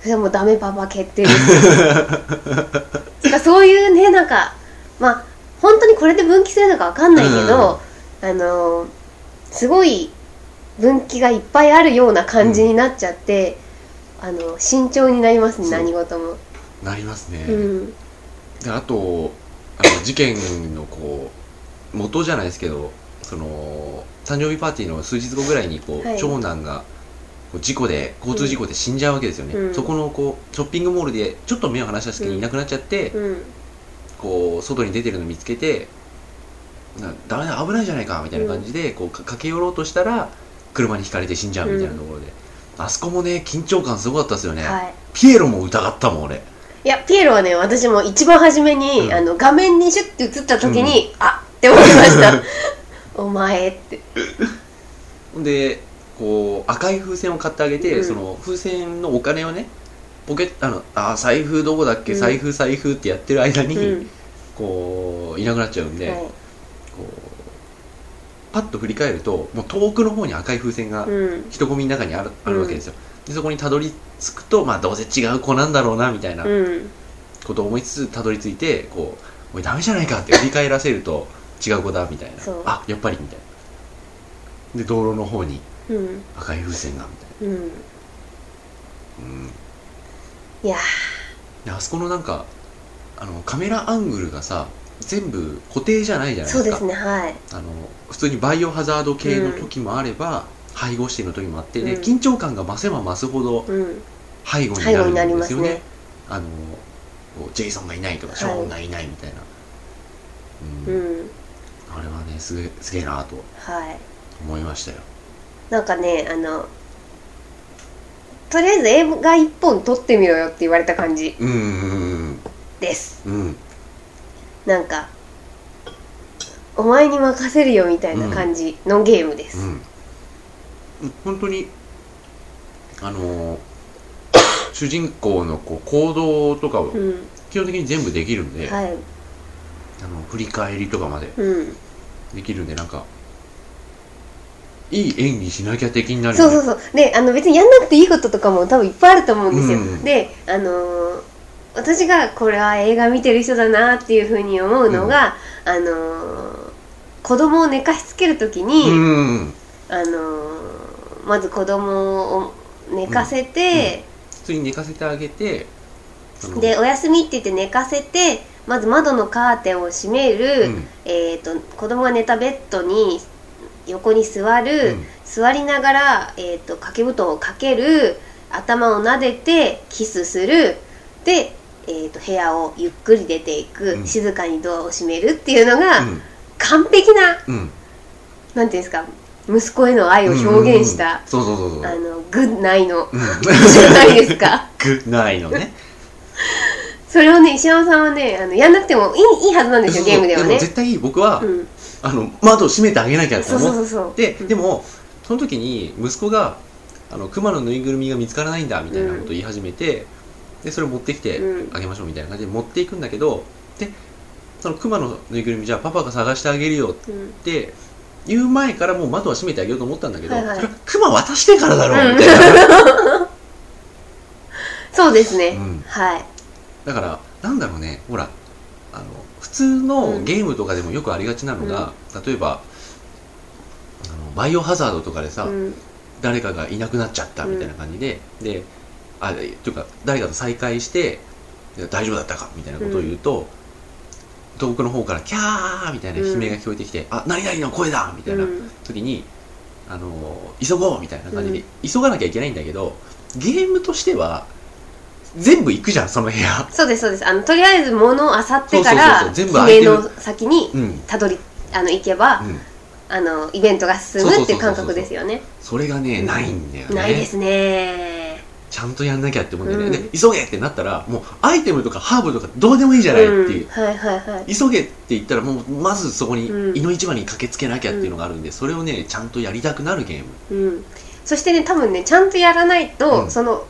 Speaker 1: うん、
Speaker 2: でもダメパパ決定ですよかそういうねなんかまあ本当にこれで分岐するのかわかんないけど、あのーすごい分岐がいっぱいあるような感じになっちゃって、あの慎重になりますね
Speaker 1: そう
Speaker 2: 何事も、
Speaker 1: なりますね、
Speaker 2: うん、
Speaker 1: であとあの事件のこう元じゃないですけどその誕生日パーティーの数日後ぐらいにこう、
Speaker 2: はい
Speaker 1: 長男がこう事故で交通事故で死んじゃうわけですよね、
Speaker 2: うん
Speaker 1: そこのこうショッピングモールでちょっと目を離した隙にいなくなっちゃって、
Speaker 2: うん、
Speaker 1: こう外に出てるの見つけてなダメだ危ないじゃないかみたいな感じで、こうか駆け寄ろうとしたら車にひかれて死んじゃうみたいなところで、あそこもね緊張感すごかったですよね、
Speaker 2: はい
Speaker 1: ピエロも疑ったもん俺
Speaker 2: いやピエロはね私も一番初めに、
Speaker 1: うん
Speaker 2: あの画面にシュッて映った時に、あっって思いました お前って
Speaker 1: でこう赤い風船を買ってあげて、
Speaker 2: うん
Speaker 1: その風船のお金をねポケットあのあー財布どこだっけ、
Speaker 2: うん
Speaker 1: 財布財布ってやってる間に、
Speaker 2: うん
Speaker 1: こういなくなっちゃうんで、
Speaker 2: はい
Speaker 1: こうパッと振り返るともう遠くの方に赤い風船が
Speaker 2: うん
Speaker 1: 人混みの中にある,、あるわけですよでそこにたどり着くとまあどうせ違う子なんだろうなみたいな
Speaker 2: うん
Speaker 1: ことを思いつつたどり着いてこう「おいダメじゃないか」って振り返らせると違う子だみたいな
Speaker 2: そう
Speaker 1: 「あやっぱり」みたいなで道路の方に
Speaker 2: うん
Speaker 1: 赤い風船がみたい
Speaker 2: うん
Speaker 1: な、うん、
Speaker 2: いや
Speaker 1: であそこのなんかあのカメラアングルがさ全部固定じゃないじゃないで
Speaker 2: そう
Speaker 1: す
Speaker 2: で
Speaker 1: か
Speaker 2: すねはい
Speaker 1: あの普通にバイオハザード系の時もあれば、配合しての時もあってで
Speaker 2: うん
Speaker 1: 緊張感が増せば増すほど
Speaker 2: うん
Speaker 1: 背後に
Speaker 2: 背後に
Speaker 1: な
Speaker 2: な
Speaker 1: る
Speaker 2: り
Speaker 1: んで
Speaker 2: ますす
Speaker 1: よね
Speaker 2: ね
Speaker 1: あのこうジェイソンがいないとかショーンがいないみたいな、
Speaker 2: う
Speaker 1: うん
Speaker 2: ん
Speaker 1: あれはねすげえすげえなと
Speaker 2: はい
Speaker 1: 思いましたよ
Speaker 2: なんかねあのとりあえず映画一本撮ってみろよって言われた感じ
Speaker 1: うんうん
Speaker 2: です
Speaker 1: うんうん
Speaker 2: なんかお前に任せるよみたいな感じのゲームで
Speaker 1: う
Speaker 2: す、
Speaker 1: んうん本当にあの主人公のこう行動とかを
Speaker 2: うん
Speaker 1: 基本的に全部できるんで、
Speaker 2: はい
Speaker 1: あの振り返りとかまで
Speaker 2: うん
Speaker 1: できるんでなんかいい演技しなきゃ的になる
Speaker 2: そ
Speaker 1: よ
Speaker 2: う
Speaker 1: ね
Speaker 2: そうそうであの別にやんなくていいこととかも多分いっぱいあると思うんですよ、
Speaker 1: うん
Speaker 2: であのー私がこれは映画見てる人だなっていうふうに思うのが、あのー子供を寝かしつけるときに、
Speaker 1: うんうん
Speaker 2: あのーまず子供を寝かせて、
Speaker 1: 普通に寝かせてあげてあの
Speaker 2: でおやすみって言って寝かせてまず窓のカーテンを閉める、
Speaker 1: うん
Speaker 2: えー、と子供が寝たベッドに横に座る、
Speaker 1: うん
Speaker 2: 座りながら、えー、と掛け布団をかける頭を撫でてキスするで、えー、と部屋をゆっくり出ていく、
Speaker 1: うん
Speaker 2: 静かにドアを閉めるっていうのが、
Speaker 1: うん
Speaker 2: 完璧な
Speaker 1: うん
Speaker 2: なんていうんですか息子への愛を表現した、
Speaker 1: うんうんうんそうそうそうそう
Speaker 2: あのグッナイの
Speaker 1: うん
Speaker 2: じゃないですか
Speaker 1: くないのね
Speaker 2: それをね石山さんはねあのやんなくてもいいいいはずなんですよゲームでは
Speaker 1: そうそう
Speaker 2: ね
Speaker 1: 絶対僕は、
Speaker 2: うん
Speaker 1: あの窓を閉めてあげなきゃと
Speaker 2: そうそう
Speaker 1: 思
Speaker 2: そ
Speaker 1: っ
Speaker 2: うそう
Speaker 1: て
Speaker 2: うん
Speaker 1: でもその時に息子があの熊のぬいぐるみが見つからないんだみたいなことを言い始めて、でそれを持ってきて
Speaker 2: うん
Speaker 1: あげましょうみたいな感じで持っていくんだけどでその熊のぬいぐるみじゃあパパが探してあげるよ
Speaker 2: うん
Speaker 1: って言う前からもう窓は閉めてあげようと思ったんだけど、
Speaker 2: はいはい
Speaker 1: それは熊渡してからだろう
Speaker 2: うん
Speaker 1: みたい な、
Speaker 2: そうですね、
Speaker 1: うん
Speaker 2: はい
Speaker 1: だからなんだろうねほらあの普通のゲームとかでもよくありがちなのが、例えばあのバイオハザードとかでさ、
Speaker 2: うん
Speaker 1: 誰かがいなくなっちゃったみたいな感じで、であというか誰かと再会していや大丈夫だったかみたいなことを言うと、遠くの方から「キャー!」みたいな悲鳴が聞こえてきて「あ何々の声だ!」みたいな
Speaker 2: うん
Speaker 1: 時に「あの急ごう!」みたいな感じで急がなきゃいけないんだけどゲームとしては全部行くじゃんその部屋。
Speaker 2: そうですそうですあのとりあえず物を漁ってか
Speaker 1: そうそうそうそう
Speaker 2: ら
Speaker 1: 全部開
Speaker 2: 悲
Speaker 1: いて
Speaker 2: 鳴
Speaker 1: る
Speaker 2: の先に
Speaker 1: うん、
Speaker 2: たどりあの行けば、
Speaker 1: うん
Speaker 2: あのイベントが進むっていう感覚ですよね
Speaker 1: それがねないんだよね
Speaker 2: ないですね
Speaker 1: ちゃんとやんなきゃって思うんだよね、
Speaker 2: うん
Speaker 1: で急げってなったらもうアイテムとかハーブとかどうでもいいじゃないっていう、
Speaker 2: うん、はいはいはい
Speaker 1: 急げって言ったらもうまずそこに
Speaker 2: うん
Speaker 1: 胃の一番に駆けつけなきゃっていうのがあるんで、それをねちゃんとやりたくなるゲーム
Speaker 2: うん、そしてね多分ねちゃんとやらないと、
Speaker 1: うん
Speaker 2: その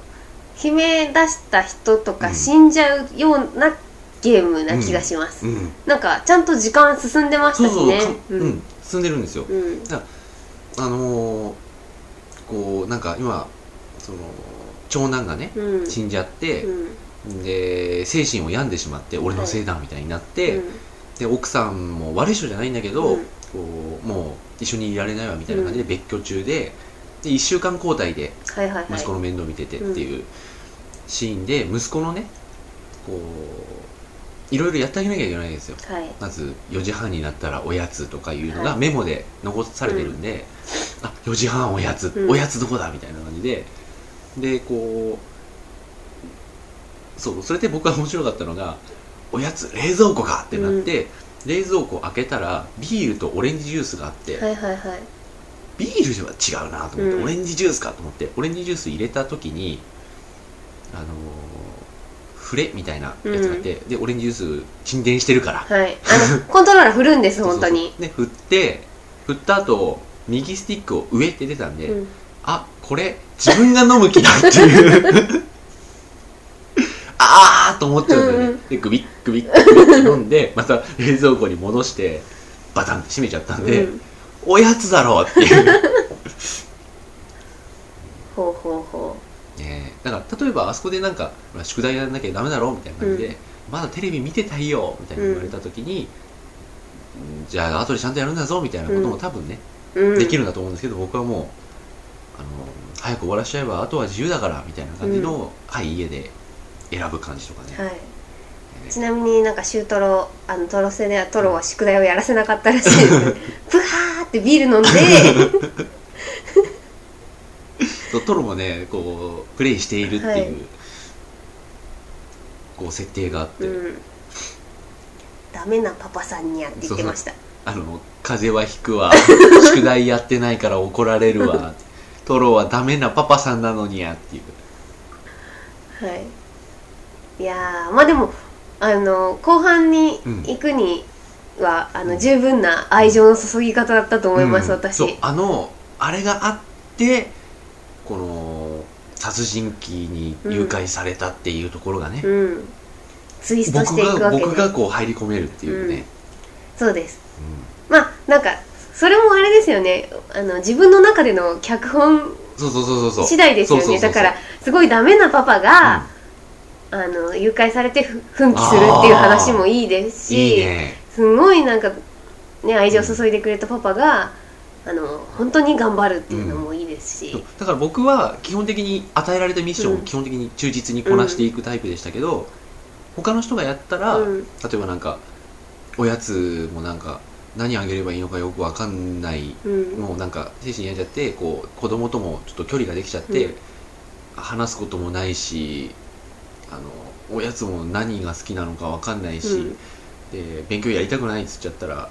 Speaker 2: 悲鳴出した人と
Speaker 1: う
Speaker 2: か
Speaker 1: ん
Speaker 2: 死んじゃうようなゲームな気がします、
Speaker 1: うん
Speaker 2: なんかちゃんと時間進んでまし
Speaker 1: そう
Speaker 2: たし
Speaker 1: そう
Speaker 2: ね
Speaker 1: かうん、
Speaker 2: うん
Speaker 1: 進んでるんですよ
Speaker 2: うん
Speaker 1: あのー、こうなんか今その長男がね
Speaker 2: うん
Speaker 1: 死んじゃって
Speaker 2: う、ん
Speaker 1: で精神を病んでしまって俺のせいだみたいになって、で奥さんも悪い人じゃないんだけど、
Speaker 2: うん
Speaker 1: こうもう一緒にいられないわみたいな感じで別居中で,、で1週間交代で
Speaker 2: はいはいはい
Speaker 1: 息子の面倒見ててっていうシーンで息子のねこういろいろやってあげなきゃいけないんですよ
Speaker 2: はい
Speaker 1: まず4時半になったらおやつとかいうのが
Speaker 2: はい
Speaker 1: メモで残されてるんで、あ4時半おやつ、
Speaker 2: うん
Speaker 1: おやつどこだみたいな感じででこうそうそれで僕が面白かったのがおやつ冷蔵庫かってなって、冷蔵庫開けたらビールとオレンジジュースがあって、
Speaker 2: はいはいはい
Speaker 1: ビールは違うなと思って、
Speaker 2: うん
Speaker 1: オレンジジュースかと思ってオレンジジュース入れた時にあのーフレみたいなやつがあって、でオレンジジュース沈殿してるから
Speaker 2: はいあのコントローラー振るんです
Speaker 1: そうそ
Speaker 2: 本
Speaker 1: うそ
Speaker 2: 当
Speaker 1: う
Speaker 2: に
Speaker 1: で振って振った後右スティックを上って出たんで、
Speaker 2: うん
Speaker 1: あこれ自分が飲む気だっていう ああと思っちゃうんだよね、
Speaker 2: うんうん
Speaker 1: でグビッグビッグビッって飲んでまた冷蔵庫に戻してバタンって閉めちゃったんで、
Speaker 2: うん
Speaker 1: おやつだろうっていう
Speaker 2: ほうほうほ
Speaker 1: ねえだから例えばあそこでなんかほら宿題やらなきゃダメだろうみたいな感じで、
Speaker 2: うん
Speaker 1: まだテレビ見てたいよみたいな言われた時に、うんじゃあ後でちゃんとやるんだぞみたいなことも多分ね、
Speaker 2: う、うん、
Speaker 1: できるんだと思うんですけど、僕はもうあの早く終わらしちゃえばあとは自由だからみたいな感じの、はい家で選ぶ感じとかね、
Speaker 2: はいちなみになんかシュートロあのトロセではトロは宿題をやらせなかったらしいですプハーってビール飲んで
Speaker 1: そうトロもねこうプレイしているっていう、
Speaker 2: はい
Speaker 1: こう設定があって、
Speaker 2: うんダメなパパさんにやって言ってました
Speaker 1: あの風邪はひ くわ宿題やってないから怒られるわトロはダメなパパさんなのにやっていう
Speaker 2: はいいやーまあでもあの後半に
Speaker 1: うん
Speaker 2: 行くには、あ
Speaker 1: うん
Speaker 2: の十分な愛情の注ぎ方だったと思います、
Speaker 1: うん
Speaker 2: 私
Speaker 1: そうあのあれがあってこの殺人鬼に誘拐されたっていうところがね、
Speaker 2: うんツイストし
Speaker 1: 僕
Speaker 2: ていく
Speaker 1: が
Speaker 2: わけで
Speaker 1: 僕がこう入り込めるっていうね、
Speaker 2: そうですまあなんかそれもあれですよねあの自分の中での脚本
Speaker 1: うんそうそうそうそうそう
Speaker 2: 次第ですよ
Speaker 1: そうそう
Speaker 2: ね
Speaker 1: そう
Speaker 2: だ
Speaker 1: そう
Speaker 2: からすごいダメなパパが、あの誘拐されてふ奮起するっていう話もいいですし
Speaker 1: いいね
Speaker 2: すごいなんか、ね、愛情を注いでくれたパパが、あの本当に頑張るっていうのもいいですし、
Speaker 1: そうだから僕は基本的に与えられたミッションを基本的に忠実にこなしていくタイプでしたけど、他の人がやったら、
Speaker 2: うん
Speaker 1: 例えばなんかおやつもなんか何あげればいいのかよくわかんない
Speaker 2: うん
Speaker 1: もうなんか精神やっちゃってこう子供ともちょっと距離ができちゃって、
Speaker 2: うん
Speaker 1: 話すこともないしあのおやつも何が好きなのかわかんないし、
Speaker 2: うん
Speaker 1: で勉強やりたくないっつっちゃったら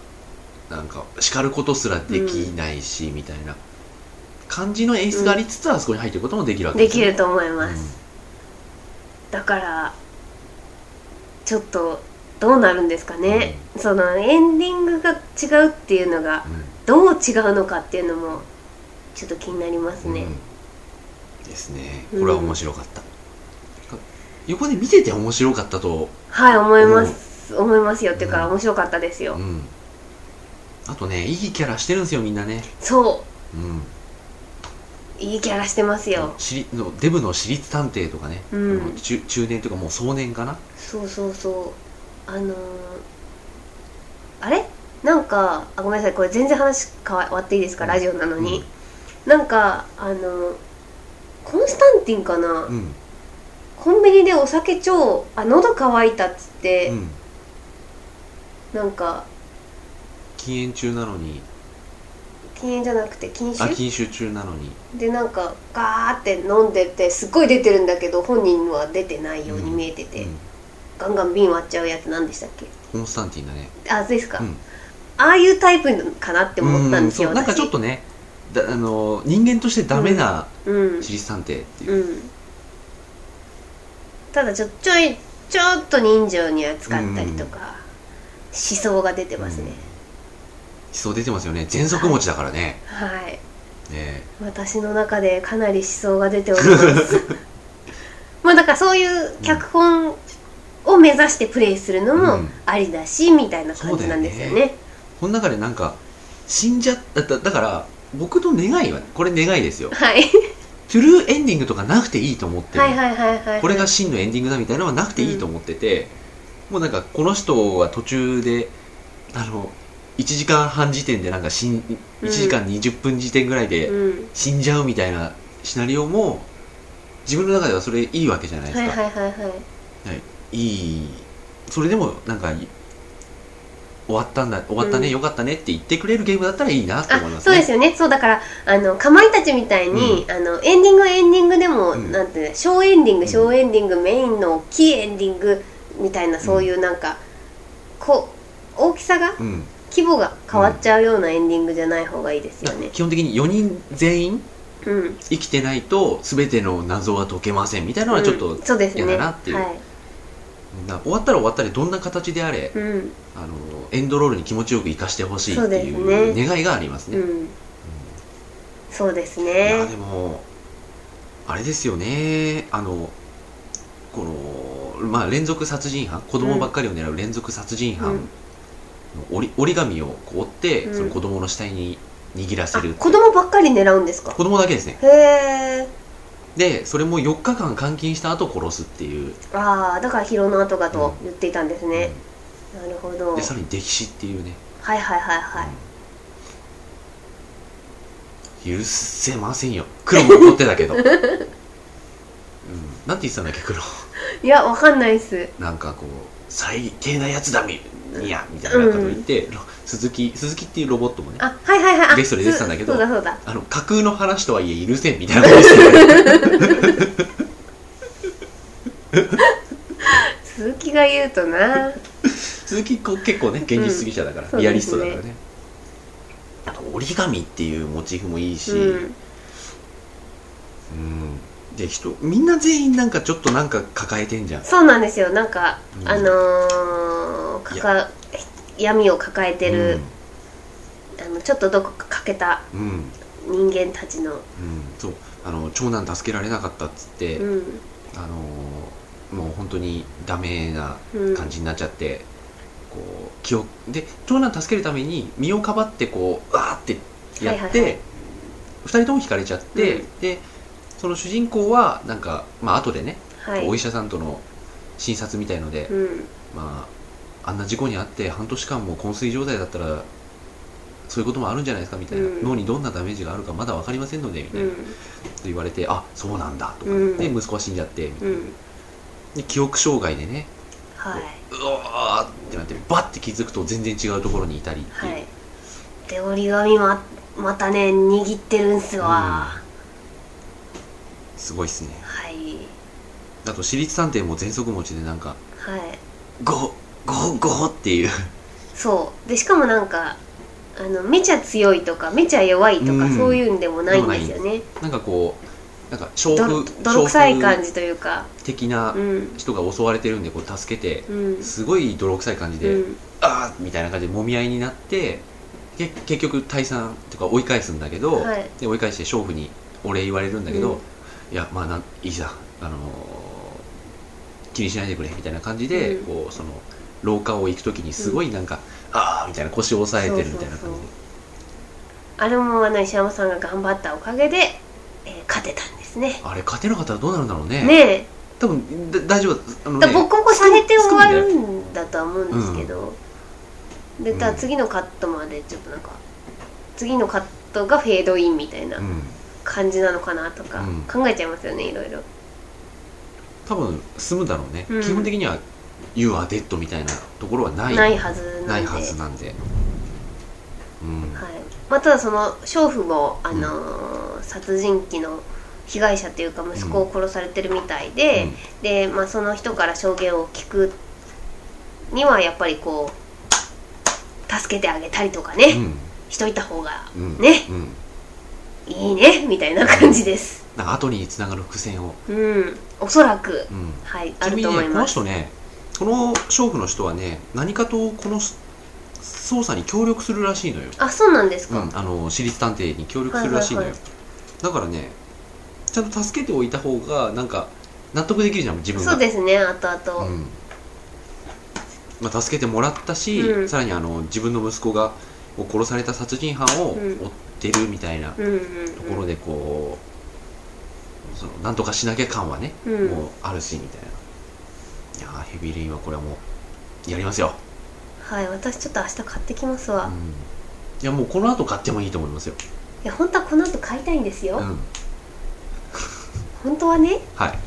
Speaker 1: なんか叱ることすらできないし、みたいな感じの演出がありつつ、あそこに入っていくこともできるわけ
Speaker 2: で
Speaker 1: です
Speaker 2: き
Speaker 1: よ
Speaker 2: ると思います、
Speaker 1: う
Speaker 2: だからちょっとどうなるんですかね、そのエンディングが違うっていうのが
Speaker 1: んうん
Speaker 2: どう違うのかっていうのもちょっと気になりますね、
Speaker 1: うんですね
Speaker 2: うん
Speaker 1: これは面白かった、横で見てて面白かったと、
Speaker 2: はい思います、思いますよっていうか、面白かったですよ、
Speaker 1: うん、あとねいいキャラしてるんですよみんなね、
Speaker 2: そ
Speaker 1: うん、
Speaker 2: ういいキャラしてますよ、
Speaker 1: 私立のデブの私立探偵とかね、
Speaker 2: うん
Speaker 1: あの中中年というかもう壮年かな
Speaker 2: そうそうそうあのー、あれなんかあごめんなさいこれ全然話変わっていいですかラジオなのに、なんかあのーコンスタンティンかな、
Speaker 1: うんうん
Speaker 2: コンビニでお酒超あ喉乾いたっつって、なんか
Speaker 1: 禁煙中なのに
Speaker 2: 禁煙じゃなくて禁
Speaker 1: あ
Speaker 2: 酒
Speaker 1: 禁酒中なのに
Speaker 2: でなんかガーって飲んでてすっごい出てるんだけど本人は出てないように見えてて、
Speaker 1: うん
Speaker 2: ガンガン瓶割っちゃうやつ何でしたっけ
Speaker 1: コンスタンティンだね
Speaker 2: あですか、
Speaker 1: うん
Speaker 2: ああいうタイプかなって思ったんですよ、
Speaker 1: うそうなんかちょっとねだあの人間としてダメな
Speaker 2: 私うん
Speaker 1: 私立探偵っていう、
Speaker 2: うんただちょちょいちょっと人情に扱ったりとか、思想が出てますね、
Speaker 1: 思想出てますよね喘息持ちだからね
Speaker 2: はい
Speaker 1: ね
Speaker 2: 私の中でかなり思想が出ております まあだからそういう脚本を目指してプレイするの
Speaker 1: う
Speaker 2: も
Speaker 1: ん
Speaker 2: ありだし、みたいな感じなんですよね
Speaker 1: この中でなんか死んじゃっただだから僕の願いはこれ願いですよ
Speaker 2: はい
Speaker 1: トゥルーエンディングとかなくていいと思ってる、
Speaker 2: はいはいはいはい
Speaker 1: これが真のエンディングだみたいなのはなくていいと思ってて、もうなんかこの人は途中であの1時間半時点でなんか死ん1時間20分時点ぐらいで
Speaker 2: うん
Speaker 1: 死んじゃうみたいなシナリオも自分の中ではそれいいわけじゃないです
Speaker 2: は
Speaker 1: か、
Speaker 2: い
Speaker 1: い、
Speaker 2: はいはいはい
Speaker 1: それでもなんかい終わったんだ終わったね、
Speaker 2: うん
Speaker 1: よかったねって言ってくれるゲームだったらいいなと思いま
Speaker 2: あ
Speaker 1: す
Speaker 2: そう
Speaker 1: ね
Speaker 2: ですよねそうだからあのかまいたちみたいに、あのエンディングはエンディングでも、
Speaker 1: うん
Speaker 2: なんていうの小エンディング
Speaker 1: ん
Speaker 2: 小エンディング、メインの大きいエンディングみたいなそういうなんか、こう大きさが
Speaker 1: うん、
Speaker 2: 規模が変わっちゃうようなエンディングじゃない方がいいですよね。
Speaker 1: 基本的に4人全員
Speaker 2: うん、
Speaker 1: 生きてないと全ての謎は解けませんみたいなのはちょっと、
Speaker 2: うんそうですね
Speaker 1: 嫌だなっていう
Speaker 2: はい
Speaker 1: な終わったら終わったでどんな形であれ
Speaker 2: うん
Speaker 1: あのエンドロールに気持ちよく生かしてほしい
Speaker 2: そう
Speaker 1: って
Speaker 2: です
Speaker 1: い
Speaker 2: ね
Speaker 1: う願いがあります
Speaker 2: う
Speaker 1: ね。
Speaker 2: ん、そうです
Speaker 1: いや
Speaker 2: ね
Speaker 1: でもあれですよねあのこの、まあ、連続殺人犯子供ばっかりを狙う連続殺人犯
Speaker 2: う
Speaker 1: の
Speaker 2: ん
Speaker 1: 折り折り紙をこう折って、
Speaker 2: うん
Speaker 1: その子供の死体に握らせ
Speaker 2: あ
Speaker 1: る
Speaker 2: 子供ばっかり狙うんですか
Speaker 1: 子供だけですね
Speaker 2: へえ
Speaker 1: でそれも4日間監禁した後殺すっていう、
Speaker 2: ああだから疲労の後がと言っていたんですね、なるほ
Speaker 1: う
Speaker 2: ど
Speaker 1: んでさらに溺死っていうね、
Speaker 2: はいはいはいはい、
Speaker 1: 許せませんよ黒も怒ってた けど、うん、なんて言ってたんだっけ黒
Speaker 2: いや、わかんないっす。
Speaker 1: なんかこう最低なやつだみやみたいなことを言って、ロ鈴木鈴木っていうロボットもねあ
Speaker 2: あ、はいはいはい。あ
Speaker 1: ゲストで出てたんだけど
Speaker 2: そうそうだそうだ。
Speaker 1: の架空の話とはいえ許せんみたいなこ としてる
Speaker 2: 鈴木が言うとな。
Speaker 1: 鈴木こう結構ね現実主義者だから、
Speaker 2: うん
Speaker 1: リアリストだからねあと折り紙っていうモチーフもいいし、
Speaker 2: うん。
Speaker 1: うんで人みんな全員なんかちょっとなんか抱えてんじゃん
Speaker 2: そうなんですよ。なんか、
Speaker 1: うん
Speaker 2: あのー、かか、闇を抱えてる、あの、ちょっとどこか欠けた
Speaker 1: うん、うん
Speaker 2: 人間たちの。
Speaker 1: うん、そうあの長男助けられなかったっつって、
Speaker 2: うん。
Speaker 1: あのーもう本当にダメな
Speaker 2: うん。
Speaker 1: 感じになっちゃって、こう記憶で長男助けるために身をかばってこうわーってや
Speaker 2: はい
Speaker 1: っ
Speaker 2: はいは
Speaker 1: て、二2人とも惹かれちゃって、
Speaker 2: う
Speaker 1: でその主人公はなんかまあ後でね、
Speaker 2: はい。
Speaker 1: お医者さんとの診察みたいので、
Speaker 2: うん。
Speaker 1: まああんな事故に遭って半年間も昏睡状態だったらそういうこともあるんじゃないですかみたいな、
Speaker 2: うん
Speaker 1: 脳にどんなダメージがあるかまだ分かりませんのでみたいな
Speaker 2: う、
Speaker 1: と
Speaker 2: ん。
Speaker 1: 言われてあそうなんだとか、
Speaker 2: うん
Speaker 1: で息子は死んじゃってみた
Speaker 2: う
Speaker 1: いな、
Speaker 2: ん。
Speaker 1: で記憶障害でね
Speaker 2: はい。
Speaker 1: うわーってなってバッて気づくと全然違うところにいたりっていう、
Speaker 2: はい。で、折り紙ま、またね、握ってるんすわ。
Speaker 1: すごいっすね
Speaker 2: はい。
Speaker 1: あと私立探偵も全息持ちでなんか
Speaker 2: はい。
Speaker 1: ゴゴゴっていう
Speaker 2: そうでしかもなんかあのめちゃ強いとかめちゃ弱いとか、
Speaker 1: うん
Speaker 2: そういうんでもないんですよね
Speaker 1: なんかこうなんか娼
Speaker 2: ど
Speaker 1: 婦
Speaker 2: 泥臭い感
Speaker 1: 娼
Speaker 2: じというか
Speaker 1: 婦的な
Speaker 2: うん
Speaker 1: 人が襲われてるんでこう助けて
Speaker 2: うん
Speaker 1: すごい泥臭い感じ
Speaker 2: う
Speaker 1: で、
Speaker 2: ん
Speaker 1: あーみたいな感じで揉み合いになってけ結局退散とか追い返すんだけど、
Speaker 2: はい
Speaker 1: で追い返して娼婦にお礼言われるんだけど、
Speaker 2: うん
Speaker 1: いやまあなんいいさ、あのー気にしないでくれみたいな感じで、
Speaker 2: うん
Speaker 1: こうその廊下を行く時にすごいなんか、ああみたいな腰を押さえてるみたいな
Speaker 2: そうそう
Speaker 1: 感
Speaker 2: そ
Speaker 1: じ
Speaker 2: うあれもあの石山さんが頑張ったおかげで、えー勝てたんですね
Speaker 1: であれ勝てなかったらどうなるんだろうね
Speaker 2: ね
Speaker 1: 多分だ大丈夫あの
Speaker 2: えだ
Speaker 1: ね
Speaker 2: ボッコボコされて終わるんだとは思うんですけど、で
Speaker 1: うん
Speaker 2: ただ次のカットまでちょっとなんか次のカットがフェードインみたいな
Speaker 1: うん
Speaker 2: 感じなのかなとか
Speaker 1: うん
Speaker 2: 考えちゃいますよねいろいろ
Speaker 1: 多分進むんだろうね、
Speaker 2: うん
Speaker 1: 基本的には「You are dead」みたいなところはない
Speaker 2: ないはずな
Speaker 1: なんい
Speaker 2: で
Speaker 1: はずなんで、うん
Speaker 2: はいまあ、ただその娼婦も、あのー殺人鬼の被害者というか息子を殺されてるみたいで、
Speaker 1: うん
Speaker 2: で、まあ、その人から証言を聞くにはやっぱりこう助けてあげたりとかね、
Speaker 1: うん
Speaker 2: しといた方が
Speaker 1: うん
Speaker 2: ね、
Speaker 1: うん、
Speaker 2: いいねみたいな感じです
Speaker 1: なんか後につながる伏線を、
Speaker 2: うんおそらく、
Speaker 1: うん、
Speaker 2: はい
Speaker 1: ち
Speaker 2: あ
Speaker 1: なみ
Speaker 2: る
Speaker 1: に
Speaker 2: と思
Speaker 1: ね
Speaker 2: い
Speaker 1: この
Speaker 2: ます
Speaker 1: 人ねこの娼婦の人はね何かとこのす捜査に協力するらしいのよ、
Speaker 2: あそうなんですか、
Speaker 1: あの私立探偵に協力するらしいのよ、
Speaker 2: はいは
Speaker 1: だからねちゃんと助けておいた方がなんか納得できるじゃん自分が
Speaker 2: そうですね後々、
Speaker 1: うんまあ、助けてもらったし、
Speaker 2: うん
Speaker 1: さらにあの自分の息子がを殺された殺人犯を
Speaker 2: うん
Speaker 1: 追ってるみたいなと
Speaker 2: うんうん
Speaker 1: ころでこう、そのなんとかしなきゃ感はね、
Speaker 2: うん、うん、
Speaker 1: もうあるしみたいないやーヘビーレインはこれはもうやりますよ、
Speaker 2: はい私ちょっと明日買ってきます
Speaker 1: う
Speaker 2: わ、い
Speaker 1: ん、いやもうこの後買ってもいいと思いますよ、
Speaker 2: や本当はこの後買いたいんですよ、
Speaker 1: うん、
Speaker 2: 本当はね
Speaker 1: はい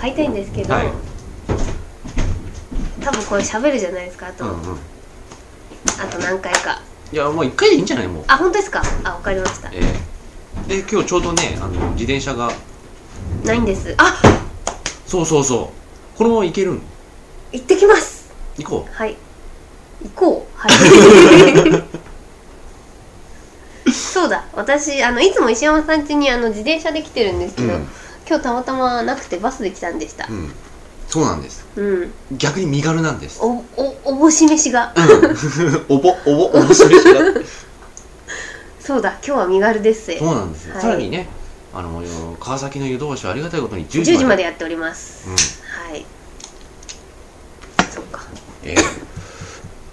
Speaker 2: 買いたいんですけど、
Speaker 1: はい
Speaker 2: 多分これ喋るじゃないですかあと、
Speaker 1: うん
Speaker 2: あ
Speaker 1: うん
Speaker 2: と何回か
Speaker 1: いやもう一回でいいんじゃないもう
Speaker 2: あ本当ですかあわかりました
Speaker 1: ええで今日ちょうどねあの自転車が
Speaker 2: ないんですあ
Speaker 1: そうそうそうこのまま行けるん
Speaker 2: 行ってきます
Speaker 1: 行こう
Speaker 2: はい行こうはい そうだ私あのいつも石山さん家にあの自転車で来てるんですけど、
Speaker 1: うん
Speaker 2: 今日たまたまなくてバスで来たんでした
Speaker 1: うんそうなんです
Speaker 2: うん、
Speaker 1: 逆に身軽なんです
Speaker 2: おおおぼし飯が
Speaker 1: おぼおぼおぼしめしが
Speaker 2: そうだ今日は身軽ですぜ
Speaker 1: そうなんですよ、
Speaker 2: はい
Speaker 1: さらにねあの川崎の湯通しはありがたいことに10
Speaker 2: 10
Speaker 1: 時まで
Speaker 2: 時までやっております、
Speaker 1: うん
Speaker 2: はいそうか
Speaker 1: ええ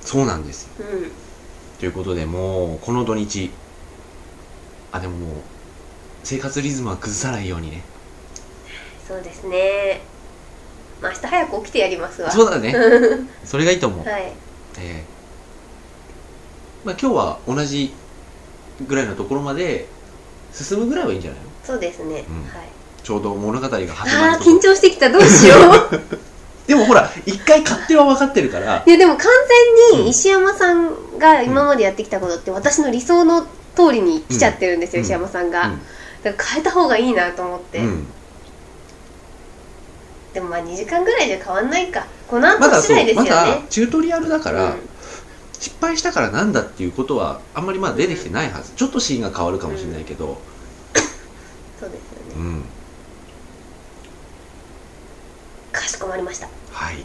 Speaker 1: そうなんですよ
Speaker 2: うん
Speaker 1: ということでもうこの土日あでももう生活リズムは崩さないようにね
Speaker 2: そうですね。まあ、明日早く起きてやりますわ。
Speaker 1: そう だねそれがいいと思う、
Speaker 2: はい。
Speaker 1: ええまあ今日は同じぐらいのところまで進むぐらいはいいんじゃないの
Speaker 2: そうですね。
Speaker 1: うん
Speaker 2: はい。
Speaker 1: ちょうど物語が始ま
Speaker 2: あ
Speaker 1: る
Speaker 2: あー、
Speaker 1: とこ
Speaker 2: 緊張してきた。どうしよう。
Speaker 1: でもほら一回勝手は分かってるから
Speaker 2: いや、でも完全
Speaker 1: うん
Speaker 2: に石山さんが今までやってきたことって、私の理想の通りに来ちゃってるんですよ、
Speaker 1: うん
Speaker 2: 石山さんが。
Speaker 1: うん
Speaker 2: だから変えた方がいいなと思って。
Speaker 1: うん
Speaker 2: でもまあ、2時間ぐらいじゃ変わんないか。この後
Speaker 1: まだ
Speaker 2: 次
Speaker 1: そ
Speaker 2: 第で
Speaker 1: う、
Speaker 2: すよ
Speaker 1: ま
Speaker 2: ね。
Speaker 1: だチュートリアルだから、
Speaker 2: うん
Speaker 1: 失敗したからなんだっていうことはあんまりまだ出てきてないはず、ちょっとシーンが変わるかもしれないけど、
Speaker 2: そうですよ
Speaker 1: う
Speaker 2: ね。
Speaker 1: ん
Speaker 2: かしこまりました。
Speaker 1: はい、うん、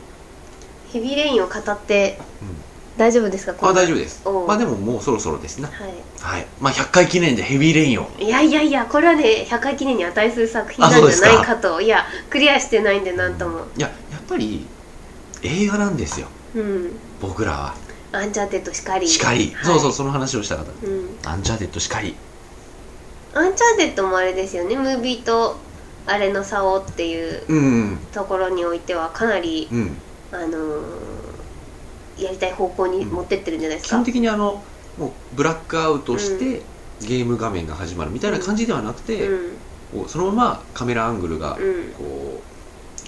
Speaker 2: ヘビーレインを語って、大丈夫ですか
Speaker 1: あ大丈夫です
Speaker 2: おう
Speaker 1: まあでももうそろそろですな
Speaker 2: はい。
Speaker 1: はいまあ100回記念でヘビーレインを
Speaker 2: いやいやいや、これはね、100回記念に値する作品なん
Speaker 1: あそうで
Speaker 2: じゃ
Speaker 1: す
Speaker 2: な
Speaker 1: か
Speaker 2: いかと。いや、クリアしてないんで、なんとも。
Speaker 1: いややっぱり映画なんですよ
Speaker 2: うん。
Speaker 1: 僕らは
Speaker 2: アンチャーテッドしかり。
Speaker 1: しかり、
Speaker 2: はい
Speaker 1: そうそうその話をしたかっ
Speaker 2: うん。
Speaker 1: たアンチャーテッドしかり
Speaker 2: アンチャーテッドもあれですよね、ムービーとあれの差をっていう
Speaker 1: うん
Speaker 2: ところにおいては、かなり、
Speaker 1: うん
Speaker 2: あのーやりたい方向に持ってってるんじゃないです
Speaker 1: 基
Speaker 2: か。
Speaker 1: 本的にあのもうブラックアウトして、ゲーム画面が始まるみたいな感じではなくて、
Speaker 2: うん。
Speaker 1: こうそのままカメラアングルが
Speaker 2: うん。
Speaker 1: こ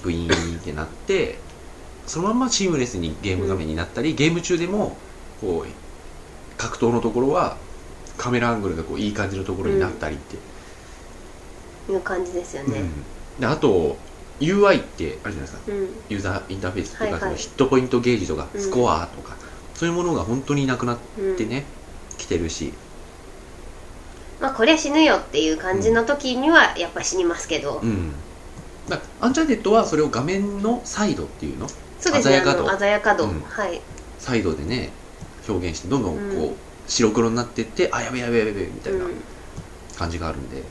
Speaker 1: うグイーンってなってそのまんまシームレスにゲーム画面になったり、ゲーム中でもこう格闘のところはカメラアングルがこういい感じのところになったりって、
Speaker 2: いう感じですよね。
Speaker 1: であと UI ってあるじゃないですか
Speaker 2: うん。
Speaker 1: ユーザーインターフェースとか、
Speaker 2: はいはい
Speaker 1: そのヒットポイントゲージとか
Speaker 2: うん
Speaker 1: スコアとか、そういうものが本当になくなっ
Speaker 2: うん。
Speaker 1: てね、来てるし、
Speaker 2: まあ、こりゃ死ぬよっていう感じの時には、やっぱ死にますけど。
Speaker 1: うん、だアンチャーテッドはそれを画面のサイドっていうの
Speaker 2: そうですね、
Speaker 1: 鮮やか度
Speaker 2: あの鮮やか度。
Speaker 1: うん
Speaker 2: はい。
Speaker 1: サイドでね表現してどんどんこう、
Speaker 2: うん
Speaker 1: 白黒になってってあやべやべやべやべみたいな
Speaker 2: うん
Speaker 1: 感じがあるんで、
Speaker 2: はい。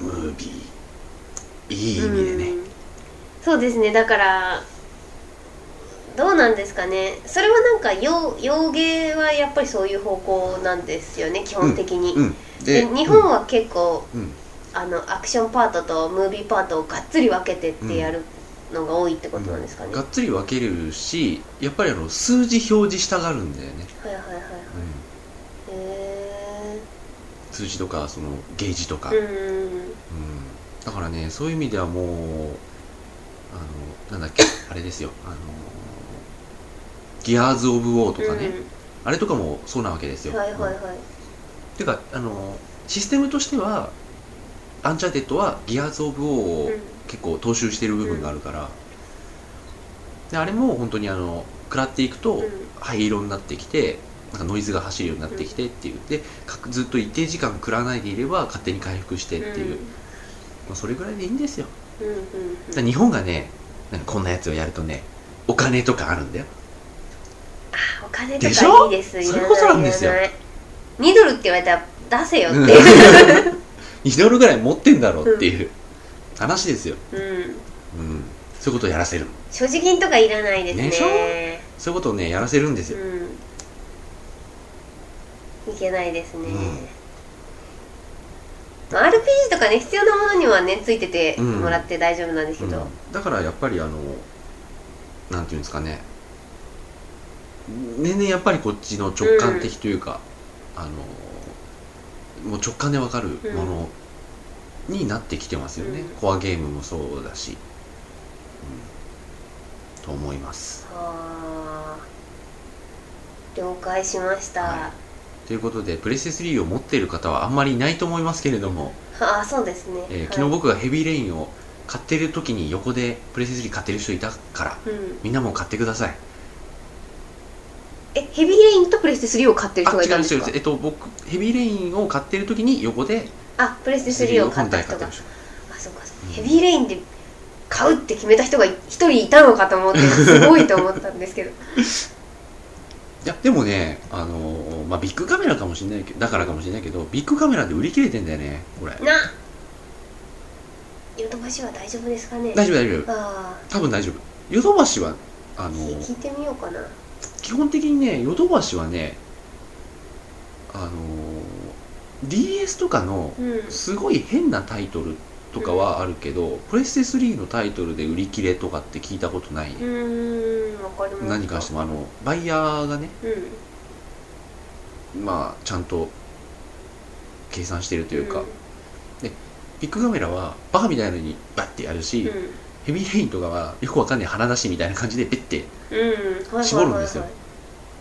Speaker 1: ムービーいい意味でね、
Speaker 2: うんそうですねだからどうなんですかねそれはなんか洋洋芸はやっぱりそういう方向なんですよね基本的に、
Speaker 1: うん
Speaker 2: で日本は結構、
Speaker 1: うん
Speaker 2: あのアクションパートとムービーパートをがっつり分けてってやるのが多いってことなんですかね、
Speaker 1: が
Speaker 2: は
Speaker 1: っつり分けるしやっぱりあの数字表示したがるんだよね、
Speaker 2: いはいはいはいへえ
Speaker 1: 数字とかそのゲージとか、
Speaker 2: うん
Speaker 1: うんだからねそういう意味ではもうあのなんだっ けあれですよあのギアーズ・オブ・ウォーとかね、あれとかもそうなわけです
Speaker 2: うん
Speaker 1: よ、
Speaker 2: はいはい
Speaker 1: うん
Speaker 2: はい
Speaker 1: てかあのシステムとしてはアンチャーテッドはギアーズ・オブ・ウォーを結構踏襲してる部分があるから、であれも本当にあの食らっていくと、
Speaker 2: うん
Speaker 1: 灰色になってきてなんかノイズが走るようになってきてっていうでかずっと一定時間食らわないでいれば勝手に回復してっていう、まあ、それぐらいでいいんですよ
Speaker 2: うんうんうんうん
Speaker 1: だから日本がねなんかこんなやつをやるとねお金とかあるんだよ
Speaker 2: お金と
Speaker 1: でしょ
Speaker 2: かいいです
Speaker 1: それこそなんですよ
Speaker 2: いらないいらない2ドルって言われたら出せよって
Speaker 1: 2ドルぐらい持ってんだろうっていう話ですよ、
Speaker 2: いう、うん、
Speaker 1: うん、そういうことをやらせる
Speaker 2: 所持金とかいらないですね
Speaker 1: でしそういうことをねやらせるんですよ
Speaker 2: うん、いけないですね、
Speaker 1: うん
Speaker 2: まあ RPG とかね必要なものにはねついてて
Speaker 1: うん
Speaker 2: もらって大丈夫なんですけど、
Speaker 1: うんだからやっぱりあのなんていうんですかね年々やっぱりこっちの直感的というか、あのもう直感でわかるものになってきてますよね、
Speaker 2: うん
Speaker 1: コアゲームもそうだし、うん、と思います
Speaker 2: あー了解しました、
Speaker 1: はということでプレステ3を持っている方はあんまりいないと思いますけれども、
Speaker 2: ああそうですね、
Speaker 1: えー
Speaker 2: はい
Speaker 1: 昨日僕がヘビーレインを買ってる時に横でプレステ3買ってる人いたから
Speaker 2: うん、
Speaker 1: みんなも買ってください
Speaker 2: えヘビーレインとプレステ3を買ってる人
Speaker 1: あ
Speaker 2: が
Speaker 1: 違
Speaker 2: いた
Speaker 1: うん違う
Speaker 2: ですか
Speaker 1: 違うえっと僕ヘビーレインを買ってる時に横で
Speaker 2: あプレステ
Speaker 1: 3
Speaker 2: 3を買った人
Speaker 1: 本体
Speaker 2: が
Speaker 1: る人
Speaker 2: あそうかそう
Speaker 1: うん
Speaker 2: ヘビーレインで買うって決めた人が一人いたのかと思ってすごいと思ったんですけど
Speaker 1: いやでもねあのーまあビッグカメラかもしれないけどだからかもしれないけどビッグカメラで売り切れてんだよねこれ
Speaker 2: なヨドバシは大丈夫ですかね
Speaker 1: 大丈夫大丈夫
Speaker 2: あ
Speaker 1: 多分大丈夫ヨドバシはあ
Speaker 2: あ
Speaker 1: の
Speaker 2: 聞
Speaker 1: ー
Speaker 2: いてみようかな
Speaker 1: 基本的にねヨドバシはねあのー DS とかの
Speaker 2: うん
Speaker 1: すごい変なタイトルとかはあるけど、プレステ3のタイトルで売り切れとかって聞いたことない、
Speaker 2: うーんわかりました
Speaker 1: 何に関して
Speaker 2: も
Speaker 1: もあのバイヤーがね
Speaker 2: うん
Speaker 1: まあちゃんと計算してると
Speaker 2: と
Speaker 1: いうか、ビッグカメラはバカみたいなのにバッてやるし、
Speaker 2: うん
Speaker 1: ヘビーレインとかはよくわかんない鼻出しみたいな感じでペッて
Speaker 2: うんはいはいはいはい
Speaker 1: 絞るんですよ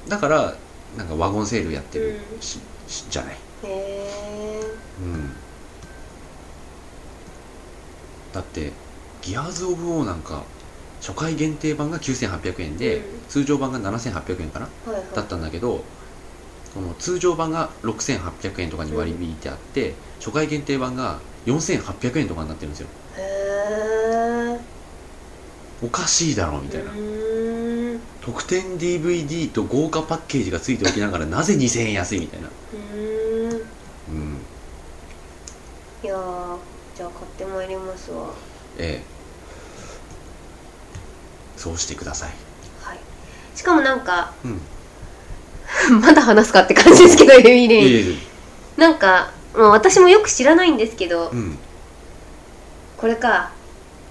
Speaker 1: だからなんかワゴンセールやってる
Speaker 2: うん
Speaker 1: し、しじゃない、
Speaker 2: へえ
Speaker 1: うん、だってギアーズ・オブ・オーなんか初回限定版が9800円で、
Speaker 2: うん
Speaker 1: 通常版が7800円かな
Speaker 2: はいはい
Speaker 1: だったんだけどこの通常版が6800円とかに割り引いてあって、初回限定版が4800円とかになってるんですよ
Speaker 2: へえ
Speaker 1: おかしいだろみ
Speaker 2: み
Speaker 1: たいな、
Speaker 2: うーんう
Speaker 1: 特典 DVD と豪華パッケージがついておきながらなぜ2000円安いみたいな
Speaker 2: ーん
Speaker 1: うん
Speaker 2: いやーじゃあ買ってまいりますわ
Speaker 1: ええそうしてください
Speaker 2: はいしかもなんか
Speaker 1: うん
Speaker 2: まだ話すかって感じですけどヘビーレイン
Speaker 1: ええ
Speaker 2: なんか、もう私もよく知らないんですけど、
Speaker 1: うん
Speaker 2: これか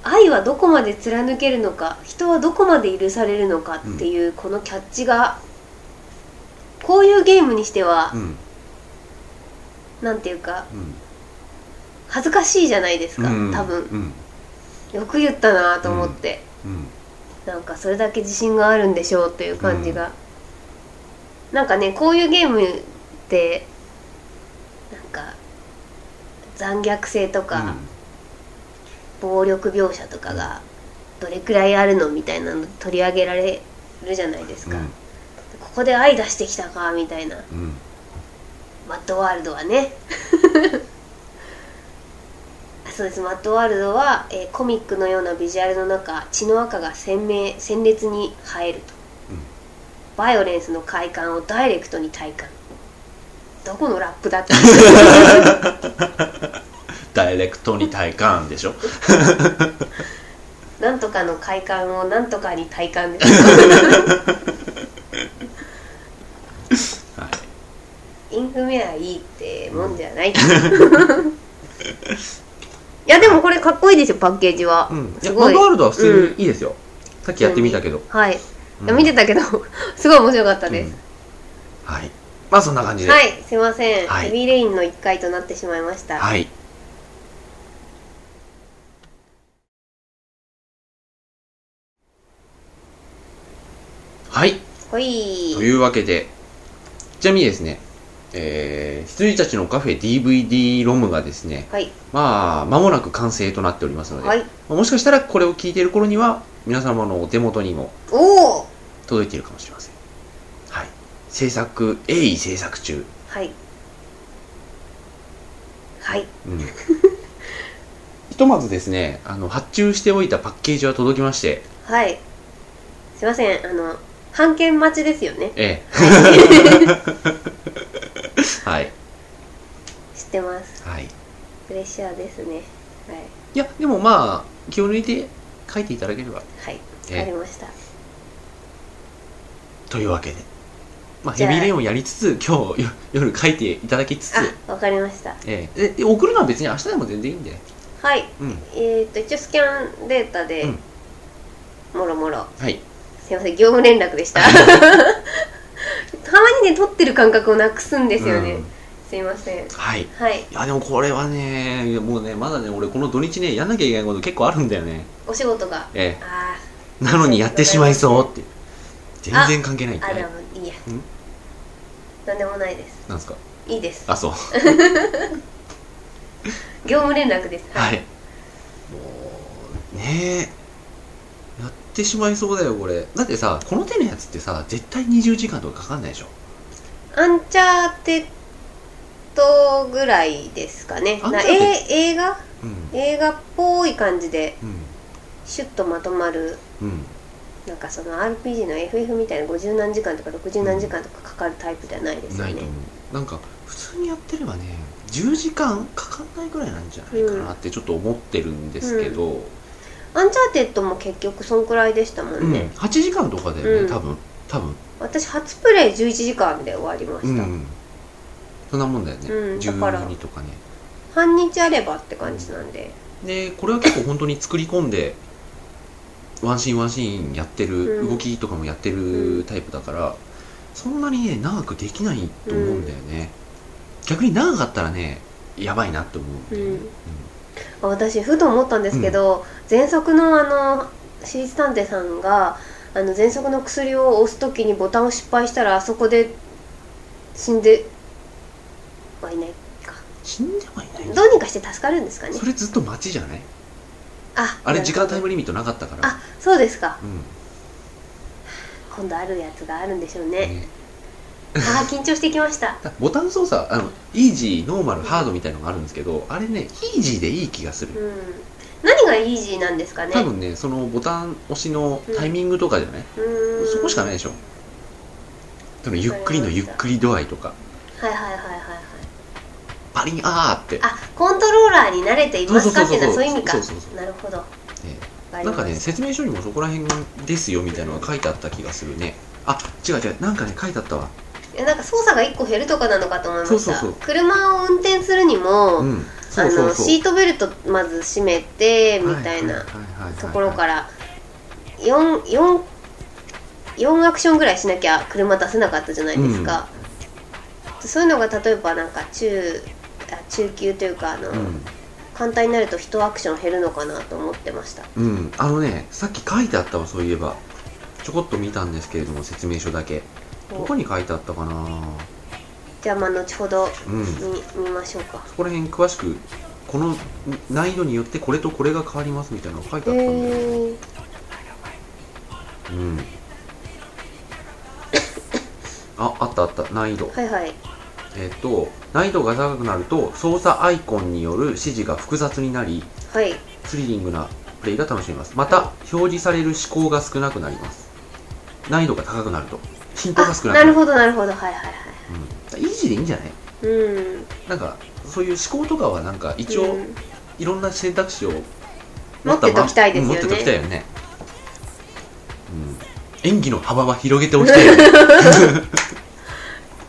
Speaker 2: 愛はどこまで貫けるのか人はどこまで許されるのかっていう、このキャッチがこういうゲームにしては
Speaker 1: う、ん
Speaker 2: なんていうか
Speaker 1: うん
Speaker 2: 恥ずかしいじゃないですか、
Speaker 1: うん
Speaker 2: 多分
Speaker 1: うん
Speaker 2: よく言ったなと思って、
Speaker 1: うん
Speaker 2: なんかそれだけ自信があるんでしょうっていう感じが、なんかねこういうゲームってなんか残虐性とか、暴力描写とかがどれくらいあるのみたいなの取り上げられるじゃないです
Speaker 1: うん
Speaker 2: か、ここで愛出してきたかみたいな
Speaker 1: うんうん
Speaker 2: マッドワールドはね あそうですマッドワールドは、えーコミックのようなビジュアルの中血の赤が鮮明鮮烈に映えると、
Speaker 1: うん
Speaker 2: バイオレンスの快感をダイレクトに体感どこのラップだっ た
Speaker 1: ダイレクトに体感でしょ
Speaker 2: なんとかの快感をなんとかに体感です
Speaker 1: はい
Speaker 2: インフメアいいってもんじゃない、いやでもこれかっこいいですよパッケージは、
Speaker 1: うんい
Speaker 2: す
Speaker 1: や
Speaker 2: ご
Speaker 1: マ
Speaker 2: い
Speaker 1: グワールドは普通にいいですよさっきやってみたけど
Speaker 2: はい、
Speaker 1: うん
Speaker 2: いや見てたけど すごい面白かったです、
Speaker 1: うんはいまあそんな感じで
Speaker 2: はいすいません、
Speaker 1: はい
Speaker 2: ヘビーレインの1回となってしまいました、
Speaker 1: はい
Speaker 2: ほい
Speaker 1: というわけで、ちなみにですね、えー、羊たちのカフェ DVD ロムがですね、
Speaker 2: はい
Speaker 1: まあ、間もなく完成となっておりますので、
Speaker 2: はい
Speaker 1: まあもしかしたらこれを聞いている頃には、皆様のお手元にも
Speaker 2: おお
Speaker 1: 届いているかもしれません。はい。制作、鋭意制作中。
Speaker 2: はいはい
Speaker 1: うん。ひとまずですね、あの、発注しておいたパッケージは届きまして、
Speaker 2: はいすいませんあの半券待ちですよね
Speaker 1: え え。はい。
Speaker 2: 知ってます
Speaker 1: はい。
Speaker 2: プレッシャーですねはい
Speaker 1: いや、でもまあ、気を抜いて書いていただければ。
Speaker 2: はい
Speaker 1: ええ
Speaker 2: わかりました
Speaker 1: というわけで、まあ、
Speaker 2: じゃ
Speaker 1: ヘ
Speaker 2: あ
Speaker 1: ビーレインをやりつつ今日よ夜書いていただきつつ、
Speaker 2: あわかりました
Speaker 1: ええでで送るのは別に明日でも全然いいんで
Speaker 2: はい
Speaker 1: うん
Speaker 2: えっ、と一応スキャンデータで、
Speaker 1: うん
Speaker 2: もろもろ
Speaker 1: はい
Speaker 2: すいません業務連絡でした たまにね撮ってる感覚をなくすんですよね、
Speaker 1: うん
Speaker 2: すいません
Speaker 1: はいい
Speaker 2: はい
Speaker 1: やでもこれはねもうねまだね俺この土日ねやんなきゃいけないこと結構あるんだよね
Speaker 2: お仕事が
Speaker 1: え
Speaker 2: あ
Speaker 1: えなのにやってしまいそうって全然関係ないん
Speaker 2: ー
Speaker 1: だ
Speaker 2: あで
Speaker 1: ね
Speaker 2: もいいや
Speaker 1: うん
Speaker 2: なんでもないです
Speaker 1: なんですか
Speaker 2: いいです
Speaker 1: あそう
Speaker 2: 業務連絡です
Speaker 1: はいもうねえやってしまいそうだよこれだってさこの手のやつってさ絶対20時間とかかかんないでしょ
Speaker 2: アンチャーテッドぐらいですかね
Speaker 1: アンチ
Speaker 2: な
Speaker 1: ャー
Speaker 2: え
Speaker 1: テッド
Speaker 2: 映画
Speaker 1: うん
Speaker 2: 映画っぽい感じで
Speaker 1: う
Speaker 2: シュッとまとまる
Speaker 1: んうん
Speaker 2: なんかその RPG の FF みたいな50何時間とか60何時間とかかかるタイプではないですよ
Speaker 1: ない
Speaker 2: ね
Speaker 1: と思うなんか普通にやってればね10時間かかんないぐらいなんじゃないかなってちょっと思ってるんですけど、
Speaker 2: アンチャーテッドも結局そんくらいでしたも
Speaker 1: うん
Speaker 2: んね、
Speaker 1: 8時間とかだよね、
Speaker 2: うん
Speaker 1: 多分多分
Speaker 2: 私初プレイ11時間で終わりま
Speaker 1: う
Speaker 2: した、
Speaker 1: んそんなもんだよね、
Speaker 2: うんだから
Speaker 1: 12とかね
Speaker 2: 半日あればって感じなんで
Speaker 1: でこれは結構本当に作り込んでワンシーンワンシーンやってる、
Speaker 2: うん
Speaker 1: 動きとかもやってるタイプだからそんなにね長くできないと思うんだよね、逆に長かったらねやばいなって思うんだよね、
Speaker 2: うんあ私ふと思ったんですけど、前作のあの私立探偵さんがあの前作の薬を押す時にボタンを失敗したらあそこで死んではいないか
Speaker 1: 死んではいないんだ
Speaker 2: どうにかして助かるんですかね
Speaker 1: それずっと待ちじゃない
Speaker 2: あ
Speaker 1: あれ時間
Speaker 2: な
Speaker 1: タ
Speaker 2: る
Speaker 1: イ
Speaker 2: ほ
Speaker 1: ムリミットなかったか
Speaker 2: ど
Speaker 1: ら
Speaker 2: あそうですか
Speaker 1: うん
Speaker 2: 今度あるやつがあるんでしょうね
Speaker 1: ね
Speaker 2: ああ緊張してきました
Speaker 1: だボタン操作あのイージーノーマルハードみたいのがあるんですけどあれねイージーでいい気がす
Speaker 2: う
Speaker 1: る
Speaker 2: ん何がイージーなんですかね
Speaker 1: 多分ねそのボタン押しのタイミングとかじゃない、
Speaker 2: うーん
Speaker 1: そこしかないでしょそのゆっくりのゆっくり度合いとか
Speaker 2: はいはいはいはいはい
Speaker 1: パリンあーって
Speaker 2: あコントローラーに慣れていますかっていうのはそういう意味か
Speaker 1: そうそうそうそう
Speaker 2: なるほど、
Speaker 1: え
Speaker 2: わり
Speaker 1: な
Speaker 2: ま
Speaker 1: んかね
Speaker 2: した
Speaker 1: 説明書にもそこら辺ですよみたいのが書いてあった気がするねあ違う違うなんかね書いてあったわ
Speaker 2: いやなんか操作が1個減るとかなのかと思いました
Speaker 1: そうそうそう
Speaker 2: 車を運転するにも、
Speaker 1: うんそ
Speaker 2: あ
Speaker 1: うそう
Speaker 2: の
Speaker 1: そう
Speaker 2: シートベルトまず締めてみたい
Speaker 1: は
Speaker 2: な
Speaker 1: ははいはい
Speaker 2: ところから4 4 4アクションぐらいしなきゃ車出せなかったじゃないですか、そういうのが例えばなんか中あ中級というかあの、
Speaker 1: うん
Speaker 2: 簡単になると1アクション減るのかなと思ってました
Speaker 1: うん、あのね、さっき書いてあったわ、そういえば。ちょこっと見たんですけれども、説明書だけ。どこに書いてあったかな
Speaker 2: じゃあまあ後ほど
Speaker 1: うん。
Speaker 2: 見見ましょうか
Speaker 1: そこら辺詳しく、この難易度によってこれとこれが変わりますみたいなのが書いて
Speaker 2: へ
Speaker 1: あったんだよ。
Speaker 2: ー
Speaker 1: うん。あ、あったあった、難易度。
Speaker 2: はいはい
Speaker 1: えっと、難易度が高くなると、操作アイコンによる指示が複雑になり、
Speaker 2: はい
Speaker 1: スリリングなプレイが楽しめます。また、表示される思考が少なくなります。難易度が高くなると。進行が少
Speaker 2: あ
Speaker 1: なくな
Speaker 2: な
Speaker 1: る
Speaker 2: る。ほどなるほどはいはいはい
Speaker 1: うん、イージーでいいんじゃない
Speaker 2: うん
Speaker 1: なんかそういう思考とかはなんか一
Speaker 2: う
Speaker 1: 応
Speaker 2: ん
Speaker 1: いろんな選択肢を
Speaker 2: 持ってときたいですよね
Speaker 1: 持ってときたいよね、うん、演技の幅は広げておきたい よね、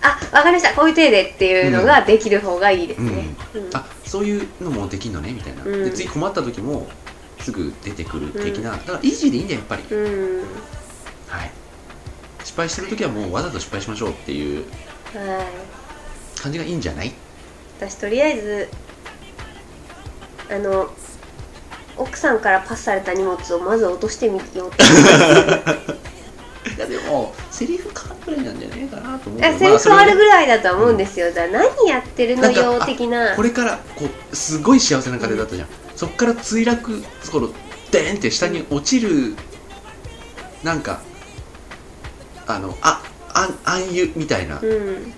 Speaker 2: あわかりましたこういう体でっていうのができる方がいいですね、うん
Speaker 1: あそういうのもできんのねみたいな、
Speaker 2: うん
Speaker 1: で次困った時もすぐ出てくる的な、だからイージーでいいんだよやっぱり、
Speaker 2: うん
Speaker 1: はい失敗してる時はもうわざと失敗しましょうっていう
Speaker 2: はい
Speaker 1: 感じがいいんじ ゃない
Speaker 2: 私とりあえずあの 奥さんからパスされた荷物をまず落としてみようと思います
Speaker 1: いやでもセリフ変わるぐらいなんじゃないかなと思う
Speaker 2: あセリフあるぐらいだと思うんですよ、じゃあ何やってるのよ的な
Speaker 1: これからこうすごい幸せな家庭だったじゃん、そっから墜落このデーンって下に落ちるなんかあのああ暗湯みたいな
Speaker 2: うん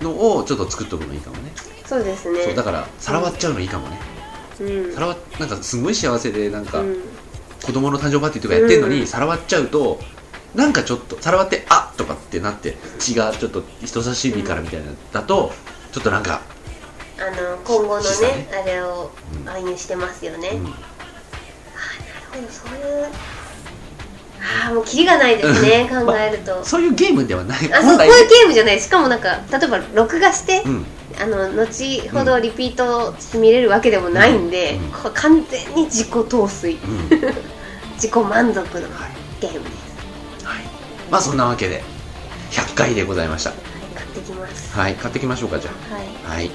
Speaker 1: のをちょっと作っとくのいいかもね、
Speaker 2: そうですね
Speaker 1: そうだからさらわっちゃうのいいかもね、
Speaker 2: うん
Speaker 1: さらわなんかすごい幸せでなんか、
Speaker 2: うん
Speaker 1: 子供の誕生パーティーとかやってんのに、
Speaker 2: うん
Speaker 1: さらわっちゃうとなんかちょっとさらわってあっとかってなって血がちょっと人差し指からみたいなだとちょっとなんか、
Speaker 2: あの今後のね
Speaker 1: 示唆ね
Speaker 2: あれを
Speaker 1: うん
Speaker 2: 暗入してますよね、
Speaker 1: うん
Speaker 2: でもそういうああもうキリがないですね
Speaker 1: うん
Speaker 2: 考えると、
Speaker 1: そういうゲームではない
Speaker 2: あそうこういうゲームじゃないしかもなんか例えば録画 して、
Speaker 1: うん
Speaker 2: あの後ほどリピートして見れるわけでもないんで、
Speaker 1: うん
Speaker 2: これ完全に自己陶酔
Speaker 1: うん
Speaker 2: 自己満足の
Speaker 1: はい
Speaker 2: ゲームです
Speaker 1: はい、まあそんなわけで100回でございました
Speaker 2: 買ってきます
Speaker 1: はい買ってきましょうかじゃ
Speaker 2: はい
Speaker 1: あはい、ま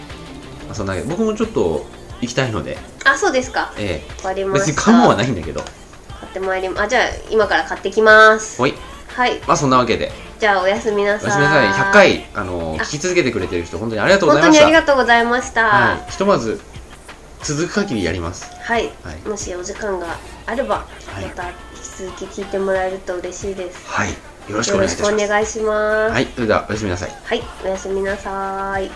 Speaker 1: あ、そんなわけで僕もちょっと行きたいので、
Speaker 2: あそうですか
Speaker 1: え
Speaker 2: わかり
Speaker 1: え、
Speaker 2: ました
Speaker 1: 別にカモはないんだけど
Speaker 2: 買ってまいりまあじゃあ今から買ってきます
Speaker 1: ほい
Speaker 2: はい
Speaker 1: まあそんなわけで
Speaker 2: じゃあおやすみな
Speaker 1: お
Speaker 2: さい
Speaker 1: やすみなさい100回あの
Speaker 2: あ
Speaker 1: 聞き続けてくれてる人本当にありがとうご
Speaker 2: 本
Speaker 1: ざい
Speaker 2: 当
Speaker 1: まし
Speaker 2: に
Speaker 1: た
Speaker 2: ありがとうございました
Speaker 1: はい、ひとまず続く限りやります
Speaker 2: はい、
Speaker 1: はい
Speaker 2: もしお時間があれば、
Speaker 1: はい
Speaker 2: また引き続き聞いてもらえると嬉しいです
Speaker 1: はいよろしくお
Speaker 2: よ
Speaker 1: 願
Speaker 2: ろ
Speaker 1: いいた
Speaker 2: し
Speaker 1: し
Speaker 2: くお
Speaker 1: ます
Speaker 2: 願いします
Speaker 1: はいそれではおやすみなさい
Speaker 2: はい、おやすみなさーい